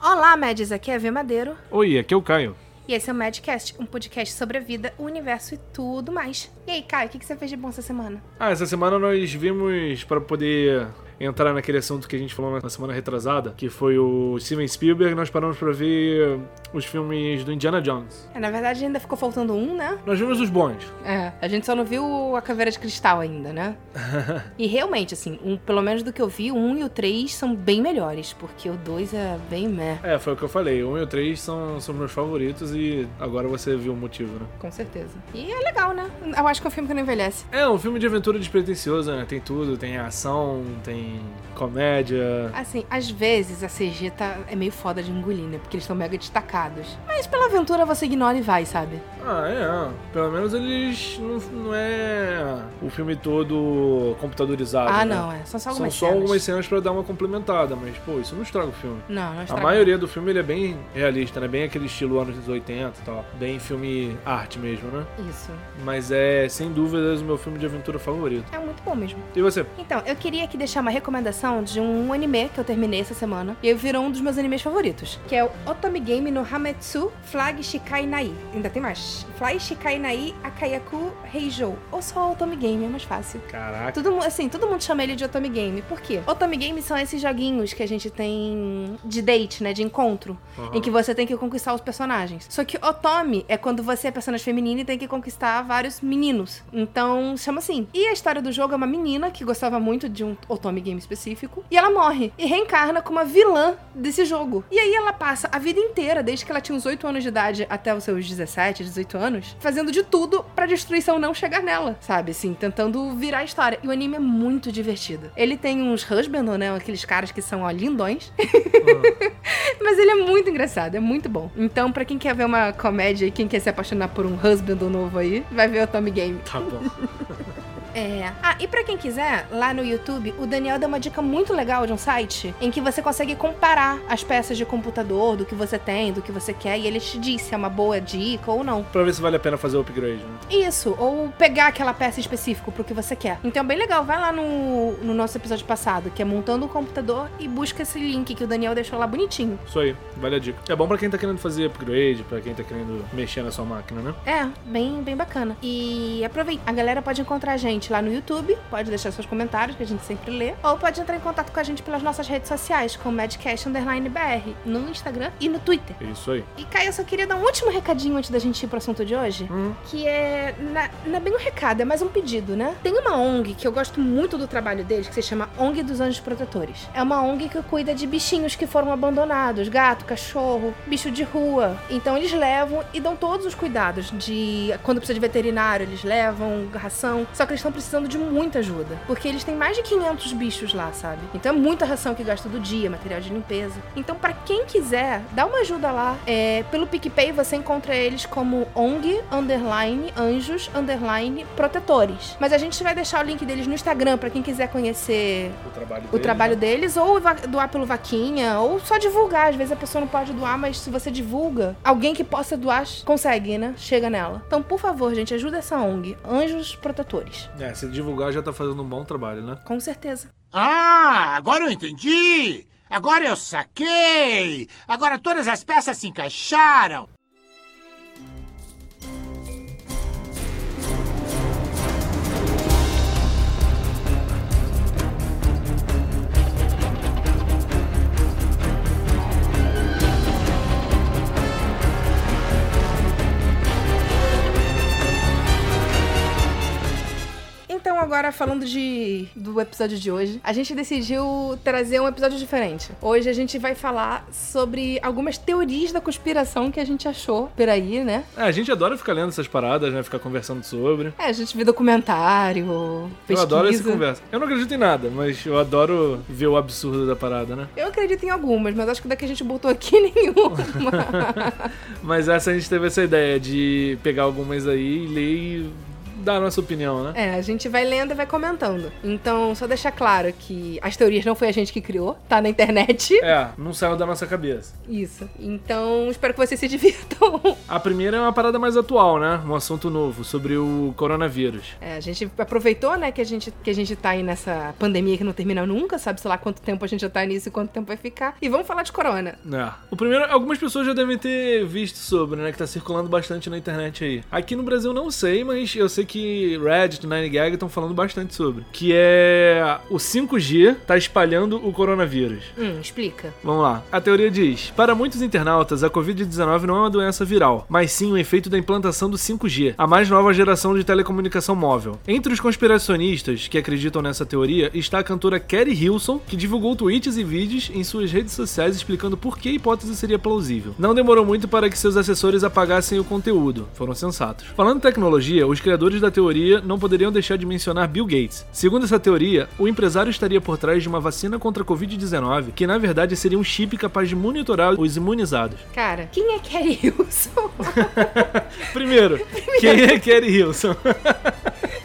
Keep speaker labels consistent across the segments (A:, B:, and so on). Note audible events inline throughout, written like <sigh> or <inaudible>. A: Olá, Meds, aqui é a V Madeiro.
B: Oi, aqui é o Caio.
A: E esse é o Medcast, um podcast sobre a vida, o universo e tudo mais. E aí, Caio, o que que você fez de bom essa semana?
B: Ah, essa semana nós vimos, para poder entrar naquele assunto que a gente falou na semana retrasada, que foi o Steven Spielberg, nós paramos pra ver os filmes do Indiana Jones.
A: É, na verdade, ainda ficou faltando um, né?
B: Nós vimos os bons.
A: É, a gente só não viu a caveira de cristal ainda, <laughs> né? e realmente, assim, um, pelo menos do que eu vi, o 1 e o 3 são bem melhores, porque o 2 é bem meh,
B: É, foi o que eu falei. O 1 e o 3 são, são meus favoritos e agora você viu o motivo, né?
A: com certeza. E é legal, né? Eu acho que é um filme que não envelhece.
B: É um filme de aventura despretensioso, né? Tem tudo, tem ação, tem comédia.
A: Assim, às vezes a CG tá, é meio foda de engolir, né? Porque eles estão mega destacados. Mas pela aventura você ignora e vai, sabe?
B: Ah, é. Pelo menos eles não, não é o filme todo computadorizado.
A: Ah,
B: né?
A: não, é. São só
B: São
A: algumas
B: só
A: cenas.
B: algumas cenas pra dar uma complementada, mas pô, isso não estraga o filme.
A: Não, não
B: A
A: estraga.
B: maioria do filme ele é bem realista, né? Bem aquele estilo anos 80 e tal. Bem filme arte mesmo, né?
A: Isso.
B: Mas é, sem dúvidas, o meu filme de aventura favorito.
A: É muito bom mesmo.
B: E você?
A: Então, eu queria aqui deixar uma recomendação de um anime que eu terminei essa semana. E virou um dos meus animes favoritos. Que é o Otome Game no Hametsu Flag Shikai Nai. Ainda tem mais. Fly Shikai Nai Akayaku Heijou. Ou só Otome Game, é mais fácil.
B: Caraca.
A: Todo, mu- assim, todo mundo chama ele de Otome Game. Por quê? Otome Game são esses joguinhos que a gente tem de date, né? De encontro.
B: Aham.
A: Em que você tem que conquistar os personagens. Só que Otome é quando você é personagem feminina e tem que conquistar vários meninos. Então, chama assim. E a história do jogo é uma menina que gostava muito de um Otome game específico. E ela morre. E reencarna como uma vilã desse jogo. E aí ela passa a vida inteira, desde que ela tinha uns 8 anos de idade até os seus 17, 18 anos, fazendo de tudo pra destruição não chegar nela, sabe? Assim, tentando virar a história. E o anime é muito divertido. Ele tem uns husband, né? Aqueles caras que são, ó, lindões. Mas ele é muito engraçado, é muito bom. Então, pra quem quer ver uma comédia e quem quer se apaixonar por um husband novo aí, vai ver o Tommy Game.
B: Tá bom.
A: É. Ah, e pra quem quiser, lá no YouTube, o Daniel deu uma dica muito legal de um site em que você consegue comparar as peças de computador, do que você tem, do que você quer, e ele te diz se é uma boa dica ou não.
B: pra ver se vale a pena fazer o upgrade, né?
A: Isso, ou pegar aquela peça específica pro que você quer. Então é bem legal, vai lá no, no nosso episódio passado, que é montando um computador, e busca esse link que o Daniel deixou lá bonitinho.
B: Isso aí, vale a dica. É bom pra quem tá querendo fazer upgrade, pra quem tá querendo mexer na sua máquina, né?
A: É, bem, bem bacana. E aproveita. A galera pode encontrar a gente lá no YouTube, pode deixar seus comentários, que a gente sempre lê, ou pode entrar em contato com a gente pelas nossas redes sociais, como Madcast Underline BR, no Instagram e no Twitter.
B: É Isso aí.
A: E Caio, eu só queria dar um último recadinho antes da gente ir pro assunto de hoje.
B: Hum.
A: Que é. na- Não é bem um recado, é mais um pedido, né? Tem uma ONG que eu gosto muito do trabalho deles, que se chama ONG dos Anjos Protetores. É uma ONG que cuida de bichinhos que foram abandonados: gato, cachorro, bicho de rua. Então eles levam e dão todos os cuidados de. Quando precisa de veterinário, eles levam ração. Só que eles estão precisando de muita ajuda. Porque eles têm mais de 500 bichos lá, sabe? Então é muita ração que gasta do dia, material de limpeza. Então, pra quem quiser, dá uma ajuda lá. É, pelo PicPay você encontra eles como ONG, underline, anjos, underline, protetores. Mas a gente vai deixar o link deles no Instagram pra quem quiser conhecer
B: O trabalho
A: o trabalho deles, ou va- doar pelo Vaquinha, ou só divulgar. Às vezes a pessoa não pode doar, mas se você divulga, alguém que possa doar consegue, né? Chega nela. Então, por favor, gente, ajuda essa ONG, Anjos Protetores.
B: É, se divulgar já tá fazendo um bom trabalho, né?
A: Com certeza.
C: Ah, agora eu entendi! Agora eu saquei! Agora todas as peças se encaixaram!
A: Então, agora falando de do episódio de hoje, a gente decidiu trazer um episódio diferente. Hoje a gente vai falar sobre algumas teorias da conspiração que a gente achou por aí, né?
B: É, a gente adora ficar lendo essas paradas, né? Ficar conversando sobre.
A: É, a gente viu documentário, pesquisa.
B: Eu adoro essa conversa. Eu não acredito em nada, mas eu adoro ver o absurdo da parada, né?
A: Eu acredito em algumas, mas acho que da que a gente botou aqui <laughs> nenhuma.
B: <laughs> Mas essa a gente teve essa ideia de pegar algumas aí e ler e dar a nossa opinião, né?
A: É, a gente vai lendo e vai comentando. Então, só deixar claro que as teorias não foi a gente que criou, tá na internet.
B: É, não saiu da nossa cabeça.
A: Isso. Então, espero que vocês se divirtam.
B: A primeira é uma parada mais atual, né? Um assunto novo sobre o coronavírus.
A: É, a gente aproveitou, né, que a gente, que a gente tá aí nessa pandemia que não termina nunca, sabe, sei lá quanto tempo a gente já tá nisso e quanto tempo vai ficar. E vamos falar de corona.
B: É. O primeiro, algumas pessoas já devem ter visto sobre, né? Que tá circulando bastante na internet aí. Aqui no Brasil não sei, mas eu sei que Reddit, 9gag estão falando bastante sobre. Que é o 5G tá espalhando o coronavírus.
A: Hum, explica.
B: Vamos lá. A teoria diz: Para muitos internautas, a Covid-19 não é uma doença viral, mas sim o efeito da implantação do 5G, a mais nova geração de telecomunicação móvel. Entre os conspiracionistas que acreditam nessa teoria está a cantora Kerry Hilson, que divulgou tweets e vídeos em suas redes sociais explicando por que a hipótese seria plausível. Não demorou muito para que seus assessores apagassem o conteúdo, foram sensatos. Falando em tecnologia, os criadores da teoria não poderiam deixar de mencionar Bill Gates. Segundo essa teoria, o empresário estaria por trás de uma vacina contra a Covid-19, que na verdade seria um chip capaz de monitorar os imunizados.
A: Cara, quem é Kerry Wilson?
B: Primeiro, quem é Kerry Hilson?
A: <laughs>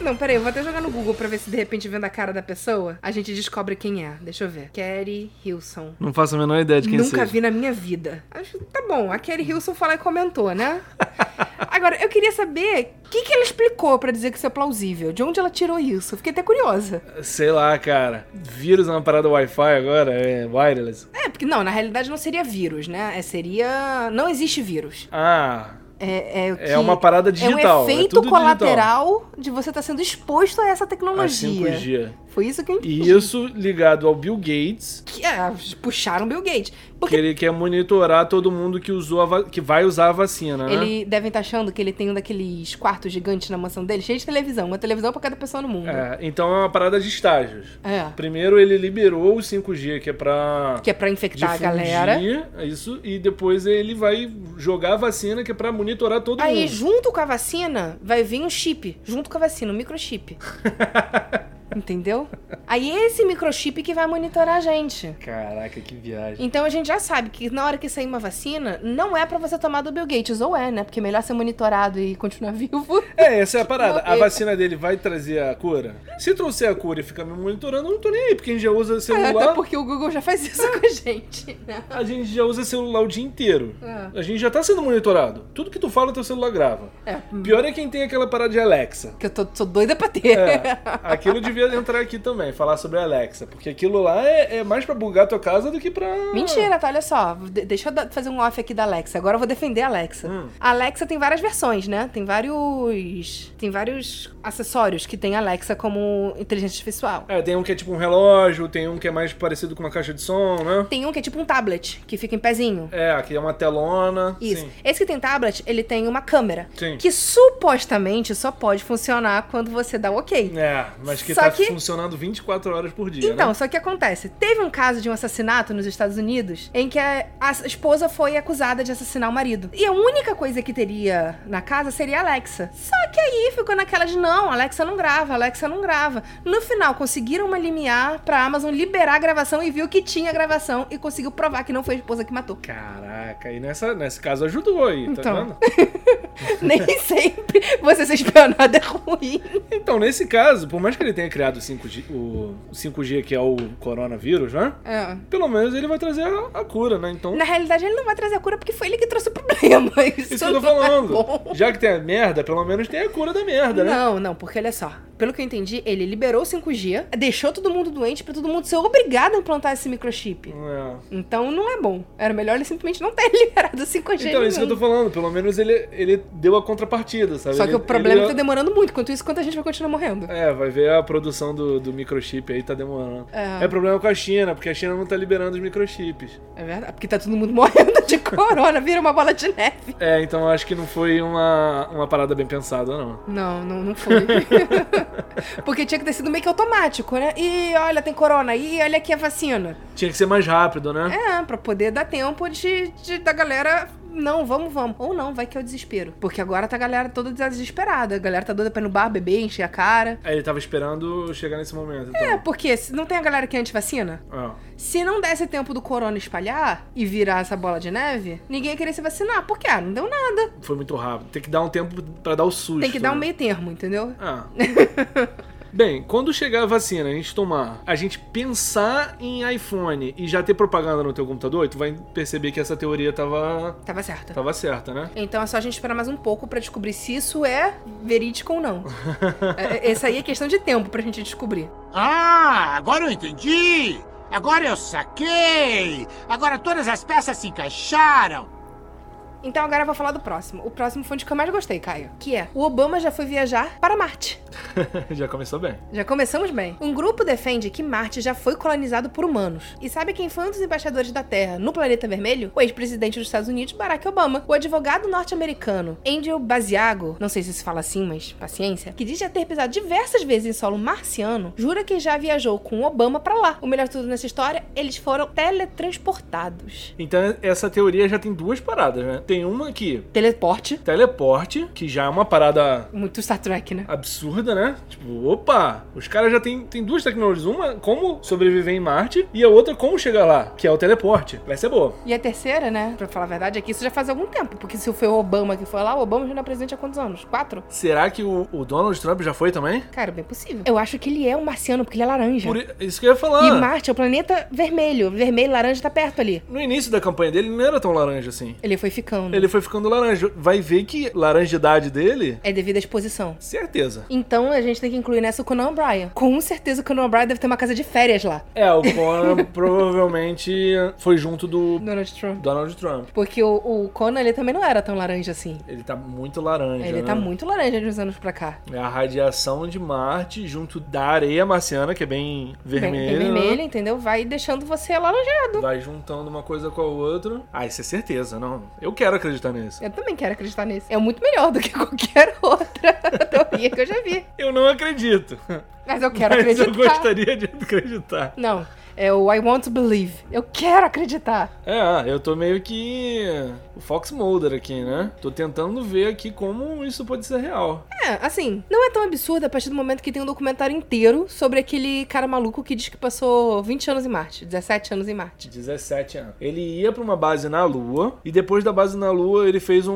B: <laughs>
A: não, peraí, eu vou até jogar no Google pra ver se de repente vendo a cara da pessoa, a gente descobre quem é. Deixa eu ver. Kerry Hilson.
B: Não faço a menor ideia de quem
A: Nunca
B: seja.
A: vi na minha vida. Acho, tá bom, a Kerry Hilson falou e comentou, né? <laughs> Agora, eu queria saber o que, que ela explicou pra dizer que isso é plausível. De onde ela tirou isso? Fiquei até curiosa.
B: Sei lá, cara. Vírus é uma parada Wi-Fi agora, é wireless.
A: É, porque não, na realidade não seria vírus, né? É, seria. Não existe vírus.
B: Ah,
A: É, é, o
B: É
A: que-
B: uma parada digital,
A: É
B: é
A: um efeito
B: tudo digital.
A: colateral de você estar sendo exposto a essa
B: a
A: tecnologia.
B: 5G.
A: Foi isso que eu entendi.
B: E isso ligado ao Bill Gates,
A: Que, é, puxaram Bill Gates.
B: que
A: Porque
B: ele quer monitorar todo mundo que usou a va- que vai usar a vacina, né?
A: ele devem estar achando que ele tem um daqueles quartos gigantes na mansão dele, cheio de televisão. Uma televisão pra cada pessoa no mundo.
B: É, então é uma parada de estágios.
A: É.
B: Primeiro ele liberou o 5G, que é pra
A: Que é pra infectar
B: difundir
A: a galera.
B: isso, e depois ele vai jogar a vacina, que é pra monitorar todo
A: Aí,
B: mundo.
A: junto com a vacina, vai vir um chip. Junto com a vacina, um <laughs> microchip. Entendeu? Aí esse microchip que vai monitorar a gente.
B: Caraca, que viagem.
A: Então a gente já sabe que na hora que sair uma vacina, não é pra você tomar do Bill Gates, ou é, né? Porque é melhor ser monitorado e continuar vivo.
B: É, essa é a parada. A
A: Morrer.
B: vacina dele vai trazer a cura? Se trouxer a cura e ficar me monitorando, eu não tô nem aí, porque a gente já usa
A: <laughs> Até
B: celular.
A: É, porque o Google já faz isso com a gente, né?
B: A gente já usa celular o dia inteiro.
A: É.
B: A gente já tá sendo monitorado. Tudo que tu fala, teu celular grava.
A: É.
B: Pior é quem tem aquela parada de Alexa.
A: Que eu tô, sou doida pra ter.
B: É,
A: <laughs>
B: aquilo devia entrar aqui também, falar sobre a Alexa. Porque aquilo lá é, é mais pra bugar tua casa do que pra.
A: Mentira, tá? Olha só. De- deixa eu da- fazer um off aqui da Alexa. Agora eu vou defender a Alexa.
B: Hum.
A: A Alexa tem várias versões, né? Tem vários. Tem vários acessórios que tem a Alexa como inteligência artificial.
B: É, tem um que é tipo um relógio, tem um que é mais parecido com uma caixa de som, né?
A: Tem um que é tipo um tablet, que fica em pezinho.
B: É, aqui é uma telona.
A: Isso.
B: Sim.
A: Esse que tem tablet, ele tem uma câmera.
B: Sim.
A: Que supostamente só pode funcionar quando você dá o ok.
B: É, mas que
A: Só
B: tá
A: que-
B: funcionando 24 horas por dia.
A: Então,
B: né?
A: só que acontece. Teve um caso de um assassinato nos Estados Unidos em que a, a esposa foi acusada de assassinar o marido. E a única coisa que teria na casa seria a Alexa. Só que aí ficou naquela de não, a Alexa não grava, a Alexa não grava. No final, conseguiram uma limiar pra Amazon liberar a gravação e viu que tinha gravação e conseguiu provar que não foi a esposa que matou. <laughs>
B: Caraca, e nessa, nesse caso ajudou aí, tá
A: Então.
B: vendo?
A: Nem sempre você ser espionado é ruim.
B: Então, nesse caso, por mais que ele tenha criado o 5G, o 5G que é o coronavírus, né?
A: É.
B: Pelo menos ele vai trazer a, a cura, né? Então,
A: Na realidade, ele não vai trazer a cura porque foi ele que trouxe o problema. <laughs> Isso,
B: isso que eu tô
A: não é
B: falando.
A: bom.
B: Já que tem a merda, pelo menos tem a cura da merda, né?
A: Não, não, porque olha só. Pelo que eu entendi, ele liberou o 5G, deixou todo mundo doente pra todo mundo ser obrigado a implantar esse microchip.
B: É.
A: Então não é bom. Era melhor ele simplesmente não ter <laughs> liberado o 5G.
B: Então, é isso que eu tô
A: nenhum.
B: falando. Pelo menos ele, ele deu a contrapartida, sabe?
A: Só que
B: Ele-
A: o problema é que
B: ele-
A: tá demorando muito. Quanto isso, quanta gente vai continuar morrendo?
B: É, vai ver a produção do, do microchip aí tá demorando.
A: É.
B: É. problema com a China, porque a China não tá liberando os microchips.
A: É verdade. Porque tá todo mundo <laughs> morrendo de corona, vira uma bola de neve.
B: É, então acho que não foi uma, uma parada bem pensada, não.
A: Não, não, não foi. <laughs> porque tinha que ter sido meio que automático, né? E olha, tem corona. E olha aqui a vacina.
B: Tinha que ser mais rápido, né?
A: É, pra poder dar tempo de, de- da galera não, vamos, vamos. Ou não, vai que é o desespero. Porque agora tá a galera toda desesperada. A galera tá doida pra ir no bar beber, encher a cara.
B: Aí ele tava esperando chegar nesse momento. Então.
A: É, porque se não tem a galera que é antivacina?
B: Ah.
A: Se não desse tempo do corona espalhar e virar essa bola de neve, ninguém ia querer se vacinar. Porque, ah, não deu nada.
B: Foi muito rápido. Tem que dar um tempo pra dar o susto.
A: Tem que dar um
B: né?
A: meio termo, entendeu?
B: Ah. Bem, quando chegar a vacina, a gente tomar, a gente pensar em iPhone e já ter propaganda no teu computador, tu vai perceber que essa teoria tava
A: <laughs> Tava certo.
B: tava certa, né?
A: Então é só a gente esperar mais um pouco pra descobrir se isso é verídico ou
B: <laughs>
A: não. É, é, Essa aí é questão de tempo pra gente descobrir.
C: Ah, agora eu entendi! Agora eu saquei! Agora todas as peças se encaixaram!
A: Então agora eu vou falar do próximo. O próximo foi um dos que eu mais gostei, Caio. Que é: o Obama já foi viajar para Marte.
B: <laughs> já começou bem.
A: Já começamos bem. Um grupo defende que Marte já foi colonizado por humanos. E sabe quem foi um dos embaixadores da Terra no planeta vermelho? O ex-presidente dos Estados Unidos, Barack Obama. O advogado norte-americano Andrew Basiago, não sei se se fala assim, mas paciência, que diz já ter pisado diversas vezes em solo marciano, jura que já viajou com Obama pra lá. O melhor de tudo nessa história, eles foram teletransportados.
B: Então essa teoria já tem duas paradas, né? Tem uma que
A: Teleporte.
B: teleporte, que já é uma parada
A: Muito Star Trek, né?
B: absurda, né? Tipo, opa, os caras já tem, tem duas tecnologias, uma como sobreviver em Marte e a outra como chegar lá, que é o teleporte. Vai ser boa.
A: E a terceira, né? Pra falar a verdade, é que isso já faz algum tempo. Porque se foi o Obama que foi lá, o Obama já não é presidente há quantos anos? Quatro?
B: Será que o, o Donald Trump já foi também?
A: Cara, bem possível. Eu acho que ele é um marciano, porque ele é laranja.
B: Por i- isso que eu ia falar.
A: E Marte é o planeta vermelho. Vermelho, laranja tá perto ali.
B: No início da campanha dele, ele não era tão laranja assim.
A: Ele foi ficando.
B: Ele foi ficando laranja. Vai ver que laranjidade dele,
A: É devido à exposição.
B: certeza.
A: Então a gente tem que incluir nessa o Conan O'Brien. Com certeza o Conan O'Brien deve ter uma casa de férias lá.
B: É, o Conan <laughs> provavelmente foi junto do
A: Donald Trump.
B: Donald Trump.
A: Porque o, o Conan, ele também não era tão laranja assim.
B: Ele tá muito laranja.
A: Ele
B: né?
A: tá muito laranja de uns anos pra cá.
B: É a radiação de Marte junto da areia marciana, que é bem
A: Bem-
B: vermelha.
A: bem vermelho,
B: né?
A: entendeu? Vai deixando você laranjado.
B: Vai juntando uma coisa com a outra. Ah, isso é certeza, não. Eu quero acreditar nisso.
A: Eu também quero acreditar nisso. É muito melhor do que qualquer <laughs> outra teoria que eu já vi.
B: Eu não acredito.
A: Mas eu quero
B: Mas eu
A: acreditar.
B: gostaria de acreditar.
A: Não, é o I want to believe. Eu quero acreditar.
B: É, eu tô meio que o Fox Mulder aqui, né? Tô tentando ver aqui como isso pode ser real.
A: É, assim, não é tão absurdo a partir do momento que tem um documentário inteiro sobre aquele cara maluco que diz que passou 20 anos em Marte, 17 anos em Marte.
B: 17 anos. Ele ia pra uma base na Lua e depois da base na Lua ele fez um,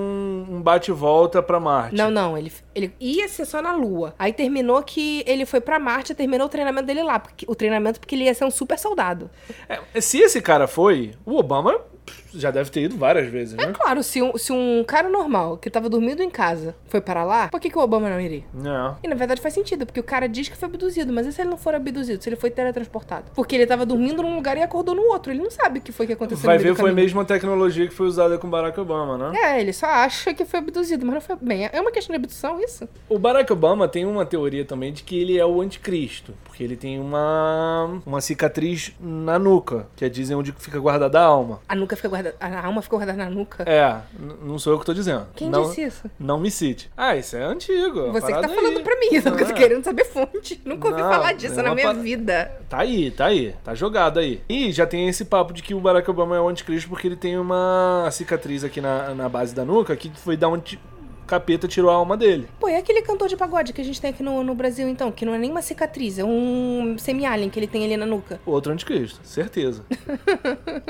B: um bate-volta pra Marte.
A: Não, não, ele, ele ia ser só na Lua. Aí terminou que ele foi pra Marte, terminou o treinamento dele lá. Porque, o treinamento porque ele ia ser um super soldado.
B: É, se esse cara foi, o Obama pff, já deve ter ido várias vezes,
A: É
B: né?
A: claro, se um, se um cara normal que tava dormindo em casa foi para lá, por que, que o Obama não iria?
B: Não.
A: E na verdade faz sentido, porque o cara diz que foi abduzido, mas e se ele não for abduzido, se ele foi teletransportado? Porque ele tava dormindo num lugar e acordou no outro. Ele não sabe o que foi que aconteceu
B: Vai
A: no meio
B: ver,
A: do
B: foi a
A: caminho.
B: mesma tecnologia que foi usada com Barack Obama, né?
A: É, ele só acha que foi abduzido, mas não foi bem. É uma questão de abdução isso?
B: O Barack Obama tem uma teoria também de que ele é o anticristo, porque ele tem uma uma cicatriz na nuca, que é dizem onde fica guardada a alma.
A: A nuca fica guardada, a alma fica guardada na nuca.
B: É, n- não sou eu que tô dizendo.
A: Quem
B: não,
A: disse isso?
B: Não me cite. Ah, isso é antigo. é uma
A: Você que tá
B: parada
A: falando
B: aí.
A: pra mim, eu
B: Ah,
A: tô querendo saber fonte. Nunca ouvi
B: Não,
A: falar
B: é
A: disso
B: uma
A: na minha
B: parada-
A: vida.
B: Tá aí, tá aí. Tá jogado aí. E já tem esse papo de que o Barack Obama é o anticristo porque ele tem uma cicatriz aqui na, na base da nuca que foi da onde o capeta tirou a alma dele.
A: Pô, e aquele cantor de pagode que a gente tem aqui no, no Brasil, então, que não é nem uma cicatriz, é um semi-alien que ele tem ali na nuca.
B: Outro anticristo, certeza.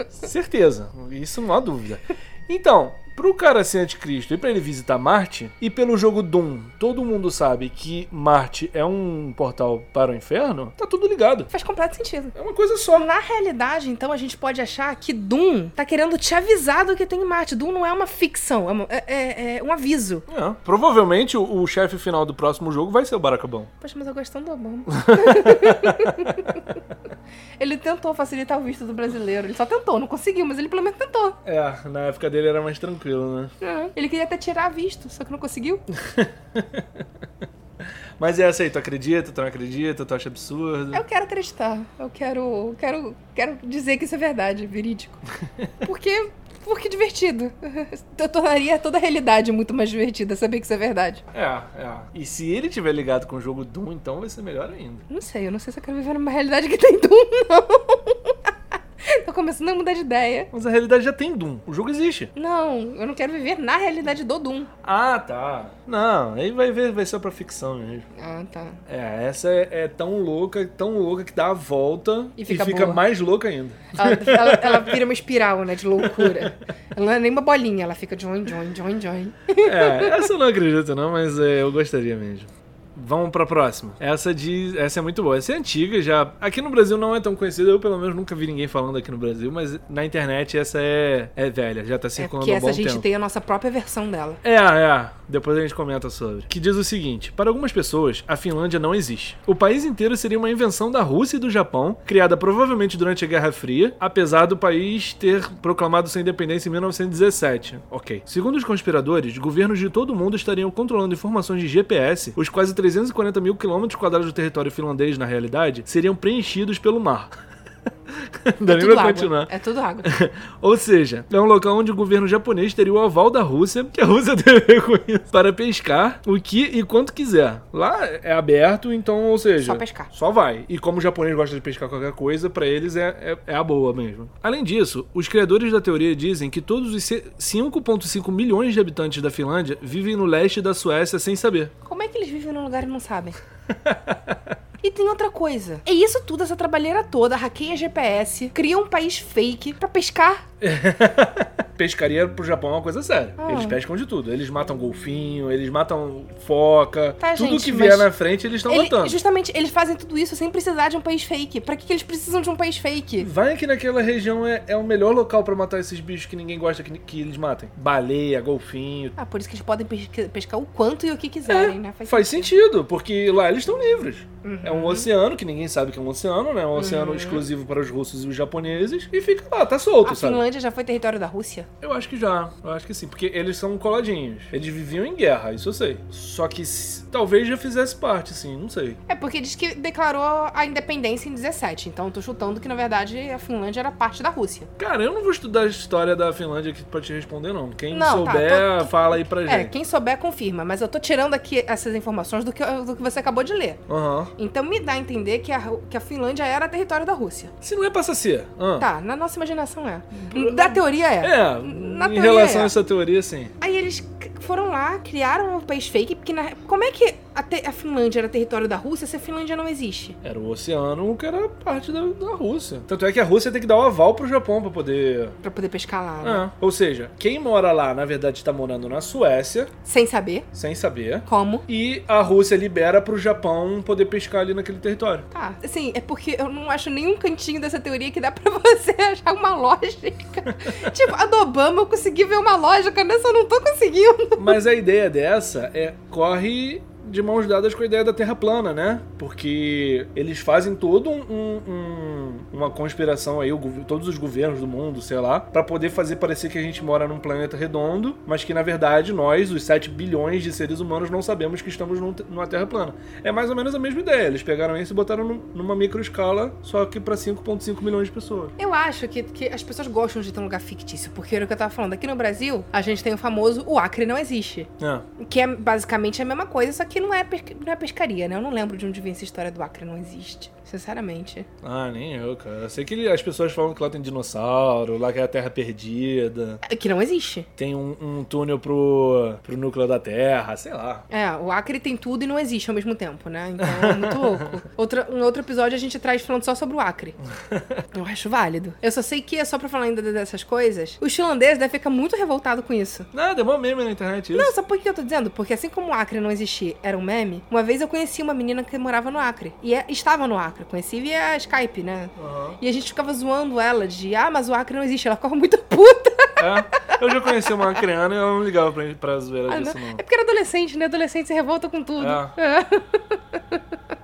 B: certeza, isso não há dúvida. Então, pro cara ser anticristo e pra ele visitar Marte, e pelo jogo Doom, todo mundo sabe que Marte é um portal para o inferno, tá tudo ligado.
A: Faz completo sentido.
B: É uma coisa só.
A: Na realidade, então, a gente pode achar que Doom tá querendo te avisar do que tem em Marte. Doom não é uma ficção, é, uma- é- é- é um aviso.
B: É, provavelmente o, o chefe final do próximo jogo vai ser o Baracabão.
A: Poxa, mas eu gosto tanto do Obama. <laughs> ele tentou facilitar o visto do brasileiro. Ele só tentou, não conseguiu, mas ele pelo menos tentou.
B: É, na época dele era mais tranquilo, né?
A: É. Ele queria até tirar visto, só que não conseguiu.
B: Mas é essa aí, tu acredita, tu não acredita, tu acha absurdo.
A: Eu quero acreditar. Eu quero, quero, quero dizer que isso é verdade, <laughs> verídico. Porque, porque divertido. <laughs> Eu tornaria toda a realidade muito mais divertida saber que isso é verdade.
B: É, é. E se ele tiver ligado com o jogo Doom, então vai ser melhor ainda.
A: <laughs> Não sei, eu não sei se eu quero viver numa realidade que tem Doom, não. Tô começando a mudar de ideia.
B: Mas a realidade já tem Doom. O jogo existe.
A: Não, eu não quero viver na realidade do Doom.
B: Ah, tá. Não, aí vai ver, vai ser pra ficção mesmo.
A: Ah, tá.
B: É, essa é, é tão louca, tão louca que dá a volta
A: E fica boa.
B: mais louca ainda.
A: Ela, ela- ela vira uma espiral, né, de loucura. Ela não é nem uma bolinha, ela fica join, join, join, join.
B: É, essa eu não acredito não, mas é, eu gostaria mesmo. Vamos pra próxima. Essa de, essa é muito boa. Essa é antiga já. Aqui no Brasil não é tão conhecida. Eu pelo menos nunca vi ninguém falando aqui no Brasil, mas na internet essa é, é velha. Já tá
A: É
B: circulando
A: porque
B: há um bom
A: essa gente
B: tempo.
A: tem a nossa própria versão dela.
B: É, é. Depois a gente comenta sobre. Que diz o seguinte: para algumas pessoas, a Finlândia não existe. O país inteiro seria uma invenção da Rússia e do Japão, criada provavelmente durante a Guerra Fria, apesar do país ter proclamado sua independência em 1917. Ok. Segundo os conspiradores, governos de todo o mundo estariam controlando informações de GPS, os quase 340 mil quilômetros quadrados do território finlandês, na realidade, seriam preenchidos pelo mar. <laughs> Dá
A: É
B: nem
A: tudo
B: pra
A: água.
B: continuar.
A: É tudo água.
B: <laughs> Ou seja, é um local onde o governo japonês teria o aval da Rússia, que a Rússia <laughs> tem a ver com isso, para pescar o que e quanto quiser. Lá é aberto, então, ou seja.
A: Só pescar.
B: Só vai. E como o japonês gosta de pescar qualquer coisa, pra eles é, é, é a boa mesmo. Além disso, os criadores da teoria dizem que todos os ce- 5,5 milhões de habitantes da Finlândia vivem no leste da Suécia sem saber. <laughs>
A: Como é que eles vivem num lugar e não sabem? E tem outra coisa. É isso tudo, essa trabalheira toda, hackeia GPS, cria um país fake pra pescar.
B: Pescaria pro Japão é uma coisa séria.
A: Ah.
B: Eles pescam de tudo. Eles matam golfinho, eles matam foca.
A: Tá,
B: tudo
A: gente,
B: que vier
A: mas-
B: na frente, eles estão
A: Ele-
B: matando.
A: justamente, eles fazem tudo isso sem precisar de um país fake. Pra que, que eles precisam de um país fake?
B: Vai que naquela região é, é o melhor local pra matar esses bichos que ninguém gosta que, que eles matem. Baleia, golfinho.
A: Ah, por isso que eles podem pesca- pescar o quanto e o que quiserem, né?
B: Faz, sentido, porque lá eles estão livres.
A: Uhum.
B: É um oceano que ninguém sabe que é um oceano, né? É um oceano exclusivo para os russos e os japoneses. E fica lá, tá solto,
A: A
B: sabe?
A: Finlândia já foi território da Rússia?
B: Eu acho que já. Eu acho que sim. Porque eles são coladinhos. Eles viviam em guerra, isso eu sei. Só que s- talvez já fizesse parte, sim. Não sei.
A: É porque diz que declarou a independência em 17. Então eu tô chutando que, na verdade, a Finlândia era parte da Rússia.
B: Cara, eu não vou estudar a história da Finlândia aqui pra te responder, não. Quem
A: Não, tá,
B: souber,
A: tô- tô-
B: fala aí pra gente.
A: É, quem souber confirma, mas eu tô tirando aqui essas informações do que, do que você acabou de ler.
B: Aham.
A: Então me dá a entender que a, Ru- que a Finlândia era território da Rússia.
B: Se não é, passa a ser. Ah.
A: Tá, na nossa imaginação é. Da teoria é.
B: É,
A: Na
B: em
A: teoria,
B: relação
A: é.
B: a essa teoria, assim, sim.
A: Aí eles c- foram lá, criaram um país fake, porque na- como é que a, te- a Finlândia era território da Rússia se a Finlândia não existe?
B: Era o oceano que era parte da, da Rússia. Tanto é que a Rússia tem que dar o aval pro Japão pra poder.
A: Pra poder pescar lá, né?
B: É. Ou seja, quem mora lá, na verdade, tá morando na Suécia,
A: Sem saber
B: sem saber.
A: como.
B: E a Rússia libera pro Japão poder pescar ali naquele território.
A: Tá, assim, é porque eu não acho nenhum cantinho dessa teoria que dá pra <laughs> você achar uma lógica. tipo, a do Obama eu consegui ver uma lógica, nessa eu não tô conseguindo.
B: Mas a ideia dessa é corre de mãos dadas com a ideia da Terra plana, né? Porque eles fazem todo um, um- um- uma conspiração aí, o gov- todos os governos do mundo, sei lá, pra poder fazer parecer que a gente mora num planeta redondo, mas que na verdade nós, os 7 bilhões de seres humanos, não sabemos que estamos num te- numa Terra plana. É mais ou menos a mesma ideia. Eles pegaram isso e botaram num- numa microescala, só que pra 5,5 milhões de pessoas.
A: Eu acho que, que as pessoas gostam de ter um lugar fictício, porque era o que eu tava falando. Aqui no Brasil, a gente tem o famoso o Acre não existe.
B: É.
A: Que é basicamente a mesma coisa, só que não é, pesca- não é pescaria, né? Eu não lembro de onde vem essa história do Acre não existe. Sinceramente.
B: Ah, nem eu, cara. Eu sei que ele- as pessoas falam que lá tem dinossauro, lá que é a Terra perdida.
A: É, Que não existe.
B: tem um, um túnel pro, pro núcleo da Terra, sei lá.
A: É, o Acre tem tudo e não existe ao mesmo tempo, né? Então é muito louco. Outra, um outro episódio a gente traz falando só sobre o Acre. Eu acho válido. Eu só sei que é só pra falar ainda dessas coisas. Os finlandeses devem ficar muito revoltados com isso.
B: Nada, é mó meme na internet isso.
A: Não, sabe por que eu tô dizendo? Porque assim como o Acre não existia, era um meme, uma vez eu conheci uma menina que morava no Acre. E é- estava no Acre. Conheci via Skype, né?
B: Aham.
A: E a gente ficava zoando ela de, ah, mas o Acre não existe. Ela ficava muito puta.
B: É, eu já conheci uma criana e ela não ligava pra, pra zoeira
A: Ah,
B: disso,
A: não.
B: não.
A: É porque era adolescente, né? Adolescente se revolta com tudo.
B: É.
A: <laughs>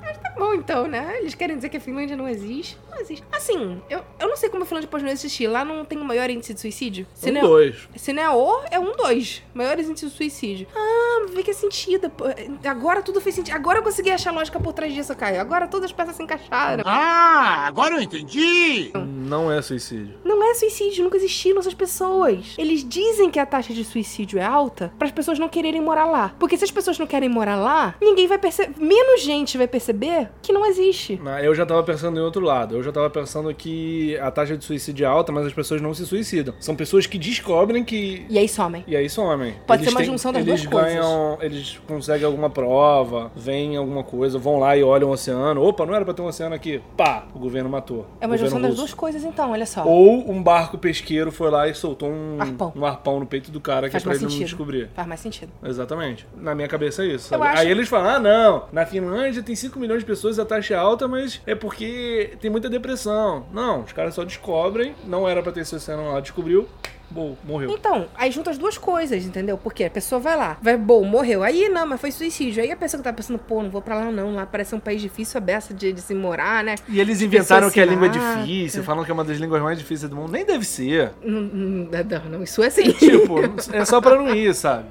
A: Mas tá bom então, né? Eles querem dizer que a Finlândia não existe. Não existe. Assim, eu, eu não sei como a Finlândia pode não existir. Lá não tem o maior índice de suicídio. Se
B: Um,
A: não é-
B: dois.
A: Se não é o, é um dois. Maiores índices de suicídio. Ah, vê que é sentido. pô. Agora tudo fez sentido. Agora eu consegui achar lógica por trás disso, Caio. Agora todas as peças se encaixaram.
C: Ah, agora eu entendi!
B: Não é suicídio.
A: Não é suicídio, nunca existiram essas pessoas. Eles dizem que a taxa de suicídio é alta para as pessoas não quererem morar lá. Porque se as pessoas não querem morar lá, ninguém vai perceber. Menos gente vai perceber que não existe.
B: Ah, Mas Eu já tava pensando em outro lado. Eu já tava pensando que a taxa de suicídio é alta, mas as pessoas não se suicidam. São pessoas que descobrem que.
A: E é aí somem.
B: E aí somem.
A: Pode ser uma junção das
B: eles
A: duas coisas.
B: ganham, Eles conseguem alguma prova, veem alguma coisa, vão lá e olham o oceano. Opa, não era pra ter um oceano aqui. Pá, o governo matou.
A: É uma
B: Governo
A: junção das
B: russo.
A: duas coisas, então, olha só.
B: Ou um barco pesqueiro foi lá e soltou um
A: Arpão.
B: um arpão no peito do cara que é
A: Faz
B: pra
A: mais
B: ele não
A: sentido.
B: descobrir.
A: Faz mais sentido.
B: Exatamente. Na minha cabeça é isso.
A: Eu
B: sabe?
A: acho-
B: Aí eles falam: ah, não, na Finlândia tem 5 milhões de pessoas, a taxa é alta, mas é porque tem muita depressão. Não, os caras só descobrem, não era pra ter esse oceano lá, descobriu, bom, morreu.
A: Então, aí junta as duas coisas, entendeu? Porque a pessoa vai lá, vai, bom, morreu. Aí, não, mas foi suicídio. Aí a pessoa que tá pensando, pô, não vou pra lá não, lá parece um país difícil, a beça de, de se morar, né?
B: E eles inventaram
A: pessoas
B: que a
A: se
B: língua é
A: matam.
B: difícil, falam que é uma das línguas mais difíceis do mundo. Nem deve <laughs> ser.
A: Não, não, não, isso é assim.
B: Tipo, é só pra não ir, sabe?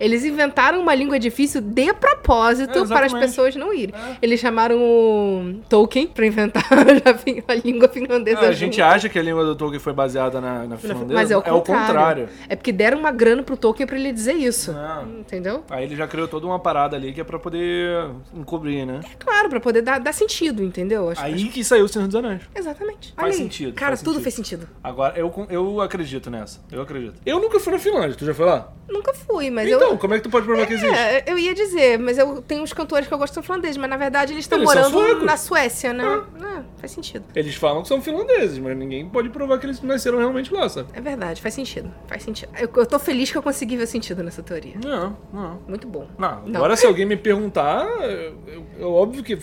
A: Eles inventaram uma língua difícil de propósito
B: É,
A: para as
B: exatamente.
A: pessoas não irem.
B: É.
A: Eles chamaram o Tolkien pra inventar <laughs> a fin- a língua finlandesa.
B: Ah, É, A
A: junto.
B: gente acha que a língua do Tolkien foi baseada na, na finlandesa,
A: Mas é o contrário.
B: contrário. É.
A: É porque deram uma grana pro Tolkien pra ele dizer isso.
B: Não.
A: Entendeu?
B: Aí ele já criou toda uma parada ali que é pra poder encobrir, né?
A: É Claro, pra poder dar, dar sentido, entendeu? Acho-
B: Aí que saiu o Senhor dos Anéis.
A: Exatamente.
B: Faz
A: Olha aí.
B: sentido,
A: Cara,
B: faz
A: tudo
B: sentido.
A: fez sentido.
B: Agora, eu, eu acredito nessa. Eu acredito. Eu nunca fui na Finlândia, tu já foi lá?
A: Nunca fui, mas
B: então,
A: eu.
B: como é que tu pode provar que existe?
A: É, eu ia dizer, mas eu tenho uns cantores que eu gosto são finlandeses, mas na verdade eles estão
B: Eles são
A: morando
B: suecos.
A: na Suécia, né? É, faz sentido.
B: Eles falam que são finlandeses, mas ninguém pode provar que eles nasceram realmente lá, sabe?
A: É verdade, faz sentido. Faz sentido. Eu, eu tô feliz que eu consegui ver sentido nessa teoria.
B: Não, não.
A: Muito bom.
B: Não,
A: Não.
B: agora se alguém me perguntar, eu, eu- eu- óbvio que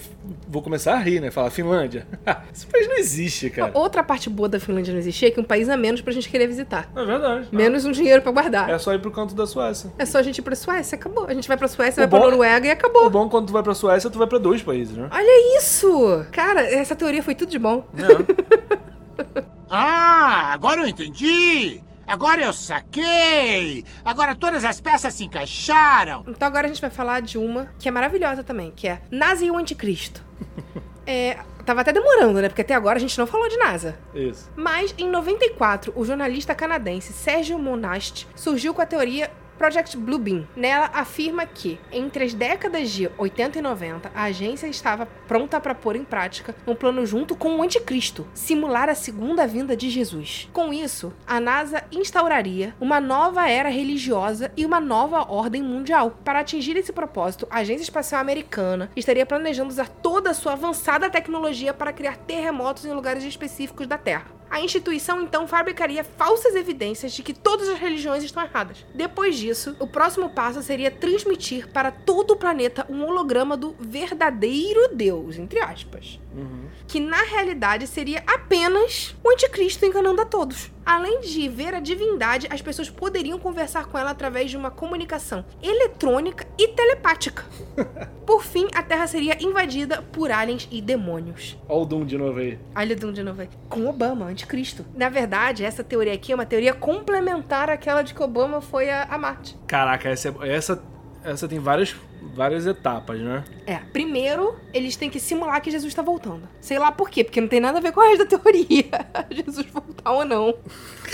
B: vou começar a rir, né? Falar Finlândia. <laughs> Esse país não existe, cara.
A: Outra parte boa da Finlândia não existir é que é um país a menos pra gente querer visitar.
B: É verdade.
A: Menos um dinheiro pra guardar.
B: É só ir pro canto da Suécia.
A: É só a gente ir pra Suécia, acabou. A gente vai pra Suécia,
B: O
A: vai pra
B: bom- é
A: Noruega e
B: O
A: acabou.
B: bom é quando tu vai pra Suécia, tu vai pra dois países, né?
A: Olha isso! Cara, essa teoria foi tudo de bom.
B: É.
C: Ah, agora eu entendi! Agora eu saquei! Agora todas as peças se encaixaram!
A: Então agora a gente vai falar de uma que é maravilhosa também, que é NASA e o
B: <laughs>
A: Anticristo. É, tava até demorando, né? Porque até agora a gente não falou de NASA.
B: Isso.
A: Mas em 94, o jornalista canadense Sérgio Monast surgiu com a teoria Project Bluebeam. Nela afirma que, entre as décadas de 80 e 90, a agência estava pronta para pôr em prática um plano junto com o anticristo, simular a segunda vinda de Jesus. Com isso, a NASA instauraria uma nova era religiosa e uma nova ordem mundial. Para atingir esse propósito, a Agência Espacial Americana estaria planejando usar toda a sua avançada tecnologia para criar terremotos em lugares específicos da Terra. A instituição então fabricaria falsas evidências de que todas as religiões estão erradas. Depois disso, o próximo passo seria transmitir para todo o planeta um holograma do verdadeiro Deus, entre aspas
B: Uhum.
A: que na realidade seria apenas o anticristo enganando a todos. Além de ver a divindade, as pessoas poderiam conversar com ela através de uma comunicação eletrônica e telepática. Por fim, a Terra seria invadida por aliens e demônios.
B: Olha o Doom de novo aí.
A: Olha de onde não vai. Com Obama, anticristo. Na verdade, essa teoria aqui é uma teoria complementar àquela de que Obama foi a, a Marte.
B: Caraca, essa, é- essa, essa tem várias, várias etapas, né? <laughs>
A: É, primeiro, eles têm que simular que Jesus tá voltando. Sei lá por quê, porque não tem nada a ver com a resto da teoria. <laughs> Jesus voltar ou não.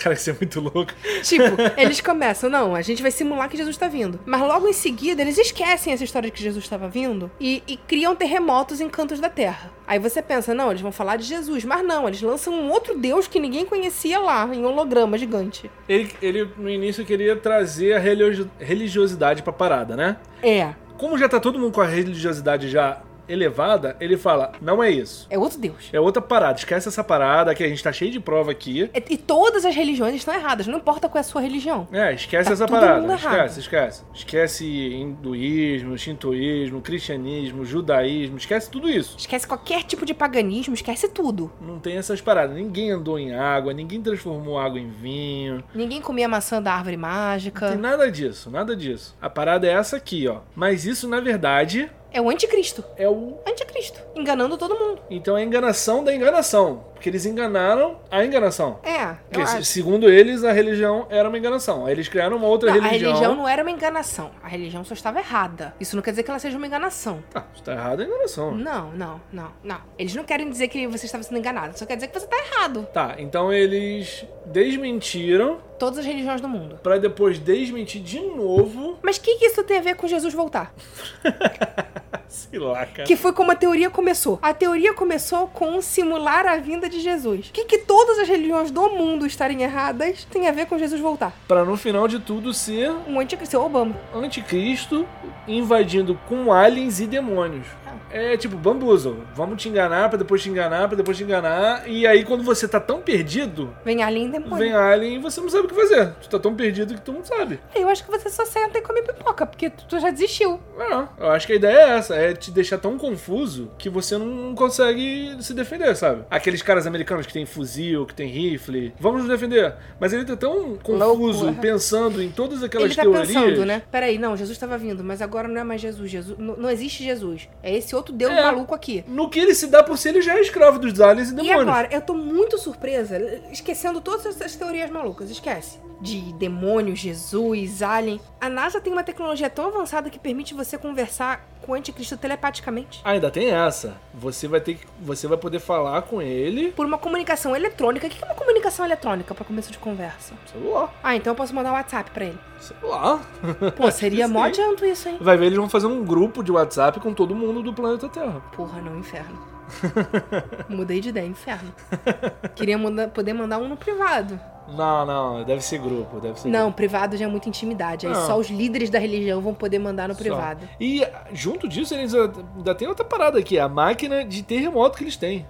B: Cara, isso é muito louco.
A: Tipo, eles começam, não, a gente vai simular que Jesus tá vindo. Mas logo em seguida, eles esquecem essa história de que Jesus estava vindo e, e criam terremotos em cantos da terra. Aí você pensa, não, eles vão falar de Jesus. Mas não, eles lançam um outro Deus que ninguém conhecia lá, em holograma gigante.
B: Ele, ele no início queria trazer a religio- religiosidade pra parada, né?
A: É,
B: Como já tá todo mundo com a religiosidade já elevada, ele fala: não é isso.
A: é outro Deus.
B: É outra parada, esquece essa parada que a gente tá cheio de prova aqui.
A: E- E todas as religiões estão erradas, não importa qual é a sua religião.
B: É, esquece
A: Tá
B: essa
A: todo
B: parada.
A: mundo
B: Esquece,
A: errado.
B: esquece. Esquece hinduísmo, shintoísmo, cristianismo, judaísmo, esquece tudo isso.
A: Esquece qualquer tipo de paganismo, esquece tudo.
B: Não tem essas paradas. Ninguém andou em água, ninguém transformou água em vinho.
A: Ninguém comia maçã da árvore
B: Tem
A: mágica.
B: nada disso, nada disso. A parada é essa aqui, ó. Mas isso, na verdade,
A: É o anticristo.
B: é o.
A: Anticristo. Enganando todo mundo.
B: Então é a enganação da enganação. Porque eles enganaram a enganação.
A: É.
B: Porque,
A: eu
B: se-
A: acho.
B: segundo eles, a religião era uma enganação. Aí eles criaram uma outra
A: Não,
B: religião.
A: A religião não era uma enganação. A religião só estava errada. Isso não quer dizer que ela seja uma enganação.
B: Tá, isso tá errado é enganação.
A: Não, não, não, não. Eles não querem dizer que você estava sendo enganado. Só quer dizer que você está errado.
B: Tá, então eles desmentiram
A: Todas as religiões do mundo.
B: pra depois desmentir de novo. <laughs>
A: Mas o que, que isso tem a ver com Jesus voltar?
B: Sei lá, cara.
A: Que foi como a teoria começou. A teoria começou com um simular a vinda de Jesus. O que, que todas as religiões do mundo estarem erradas tem a ver com Jesus voltar?
B: Pra no final de tudo ser
A: Um anticristo, o Obama.
B: anticristo invadindo com aliens e demônios. É tipo bambuzo. Vamos te enganar pra depois te enganar, pra depois te enganar. E aí quando você tá tão perdido,
A: Vem além demônio.
B: vem alien e você não sabe o que fazer. Tu tá tão perdido que tu não sabe.
A: Eu acho que você só senta e come pipoca, porque tu tu já desistiu.
B: É, eu acho que a ideia é essa, é te deixar tão confuso que você não consegue se defender, sabe? Aqueles caras americanos que tem fuzil, que tem rifle, vamos nos defender. Mas ele tá tão confuso,
A: Loucura.
B: pensando em todas aquelas
A: Ele tá
B: teorias.
A: pensando, né? Peraí, não, Jesus tava vindo, mas agora não é mais Jesus. Jesus não, não existe Jesus. É esse outro Deus
B: É.
A: maluco aqui.
B: No que ele se dá por si, ele já é escravo dos aliens e
A: E
B: demônios.
A: agora, eu tô muito surpresa, esquecendo todas essas teorias malucas, esquece. De demônio, Jesus, alien. A NASA tem uma tecnologia tão avançada que permite você conversar com o anticristo telepaticamente.
B: Ah, ainda tem essa. Você vai ter que, você vai poder falar com ele,
A: Por uma comunicação eletrônica. O que é uma comunicação eletrônica pra começo de conversa?
B: celular,
A: Ah, então eu posso mandar um WhatsApp pra ele.
B: celular. <laughs>
A: Pô, seria
B: Sim.
A: mó adianto isso, hein?
B: Vai ver, eles vão fazer um grupo de WhatsApp com todo mundo do planeta Terra.
A: Porra, não,
B: <laughs>
A: inferno. Mudei de ideia, inferno. Queria manda- poder mandar um no privado.
B: Não, não, deve ser grupo, deve ser
A: Não, privado já é muita intimidade. Aí
B: Não.
A: só os líderes da religião vão poder mandar no
B: Só.
A: privado.
B: E ah, junto disso, eles a- ainda tem outra parada aqui, a máquina de terremoto que eles têm.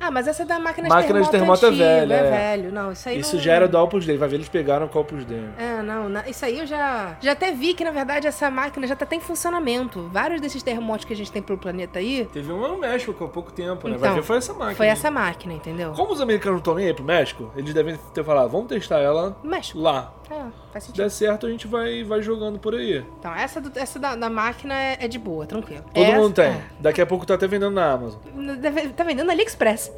A: Ah, mas essa é da máquina de
B: Máquina de
A: terremoto,
B: terremoto é
A: antigo,
B: velha,
A: é
B: é.
A: velho. Não, isso aí
B: Isso
A: não...
B: já era do Opus Dei, vai ver, eles pegaram o Opus Dei.
A: É, não, na- isso aí eu já, já até vi que, na verdade, essa máquina já tá até em funcionamento. Vários desses terremotos que a gente tem pelo planeta aí,
B: Teve um no México há pouco tempo, né? vai
A: Então,
B: ver, foi essa máquina.
A: foi essa máquina, entendeu?
B: Como os americanos não estão nem aí pro México, eles devem ter falado, vamos testar ela
A: México.
B: lá.
A: É, faz
B: Se
A: sentido.
B: der certo, a gente vai, vai jogando por aí.
A: Então, essa, do- essa da, da máquina é, é de boa, tranquilo.
B: Todo
A: Essa-
B: mundo tem.
A: é.
B: Daqui a pouco tá até vendendo na Amazon.
A: Deve- Tá vendendo AliExpress.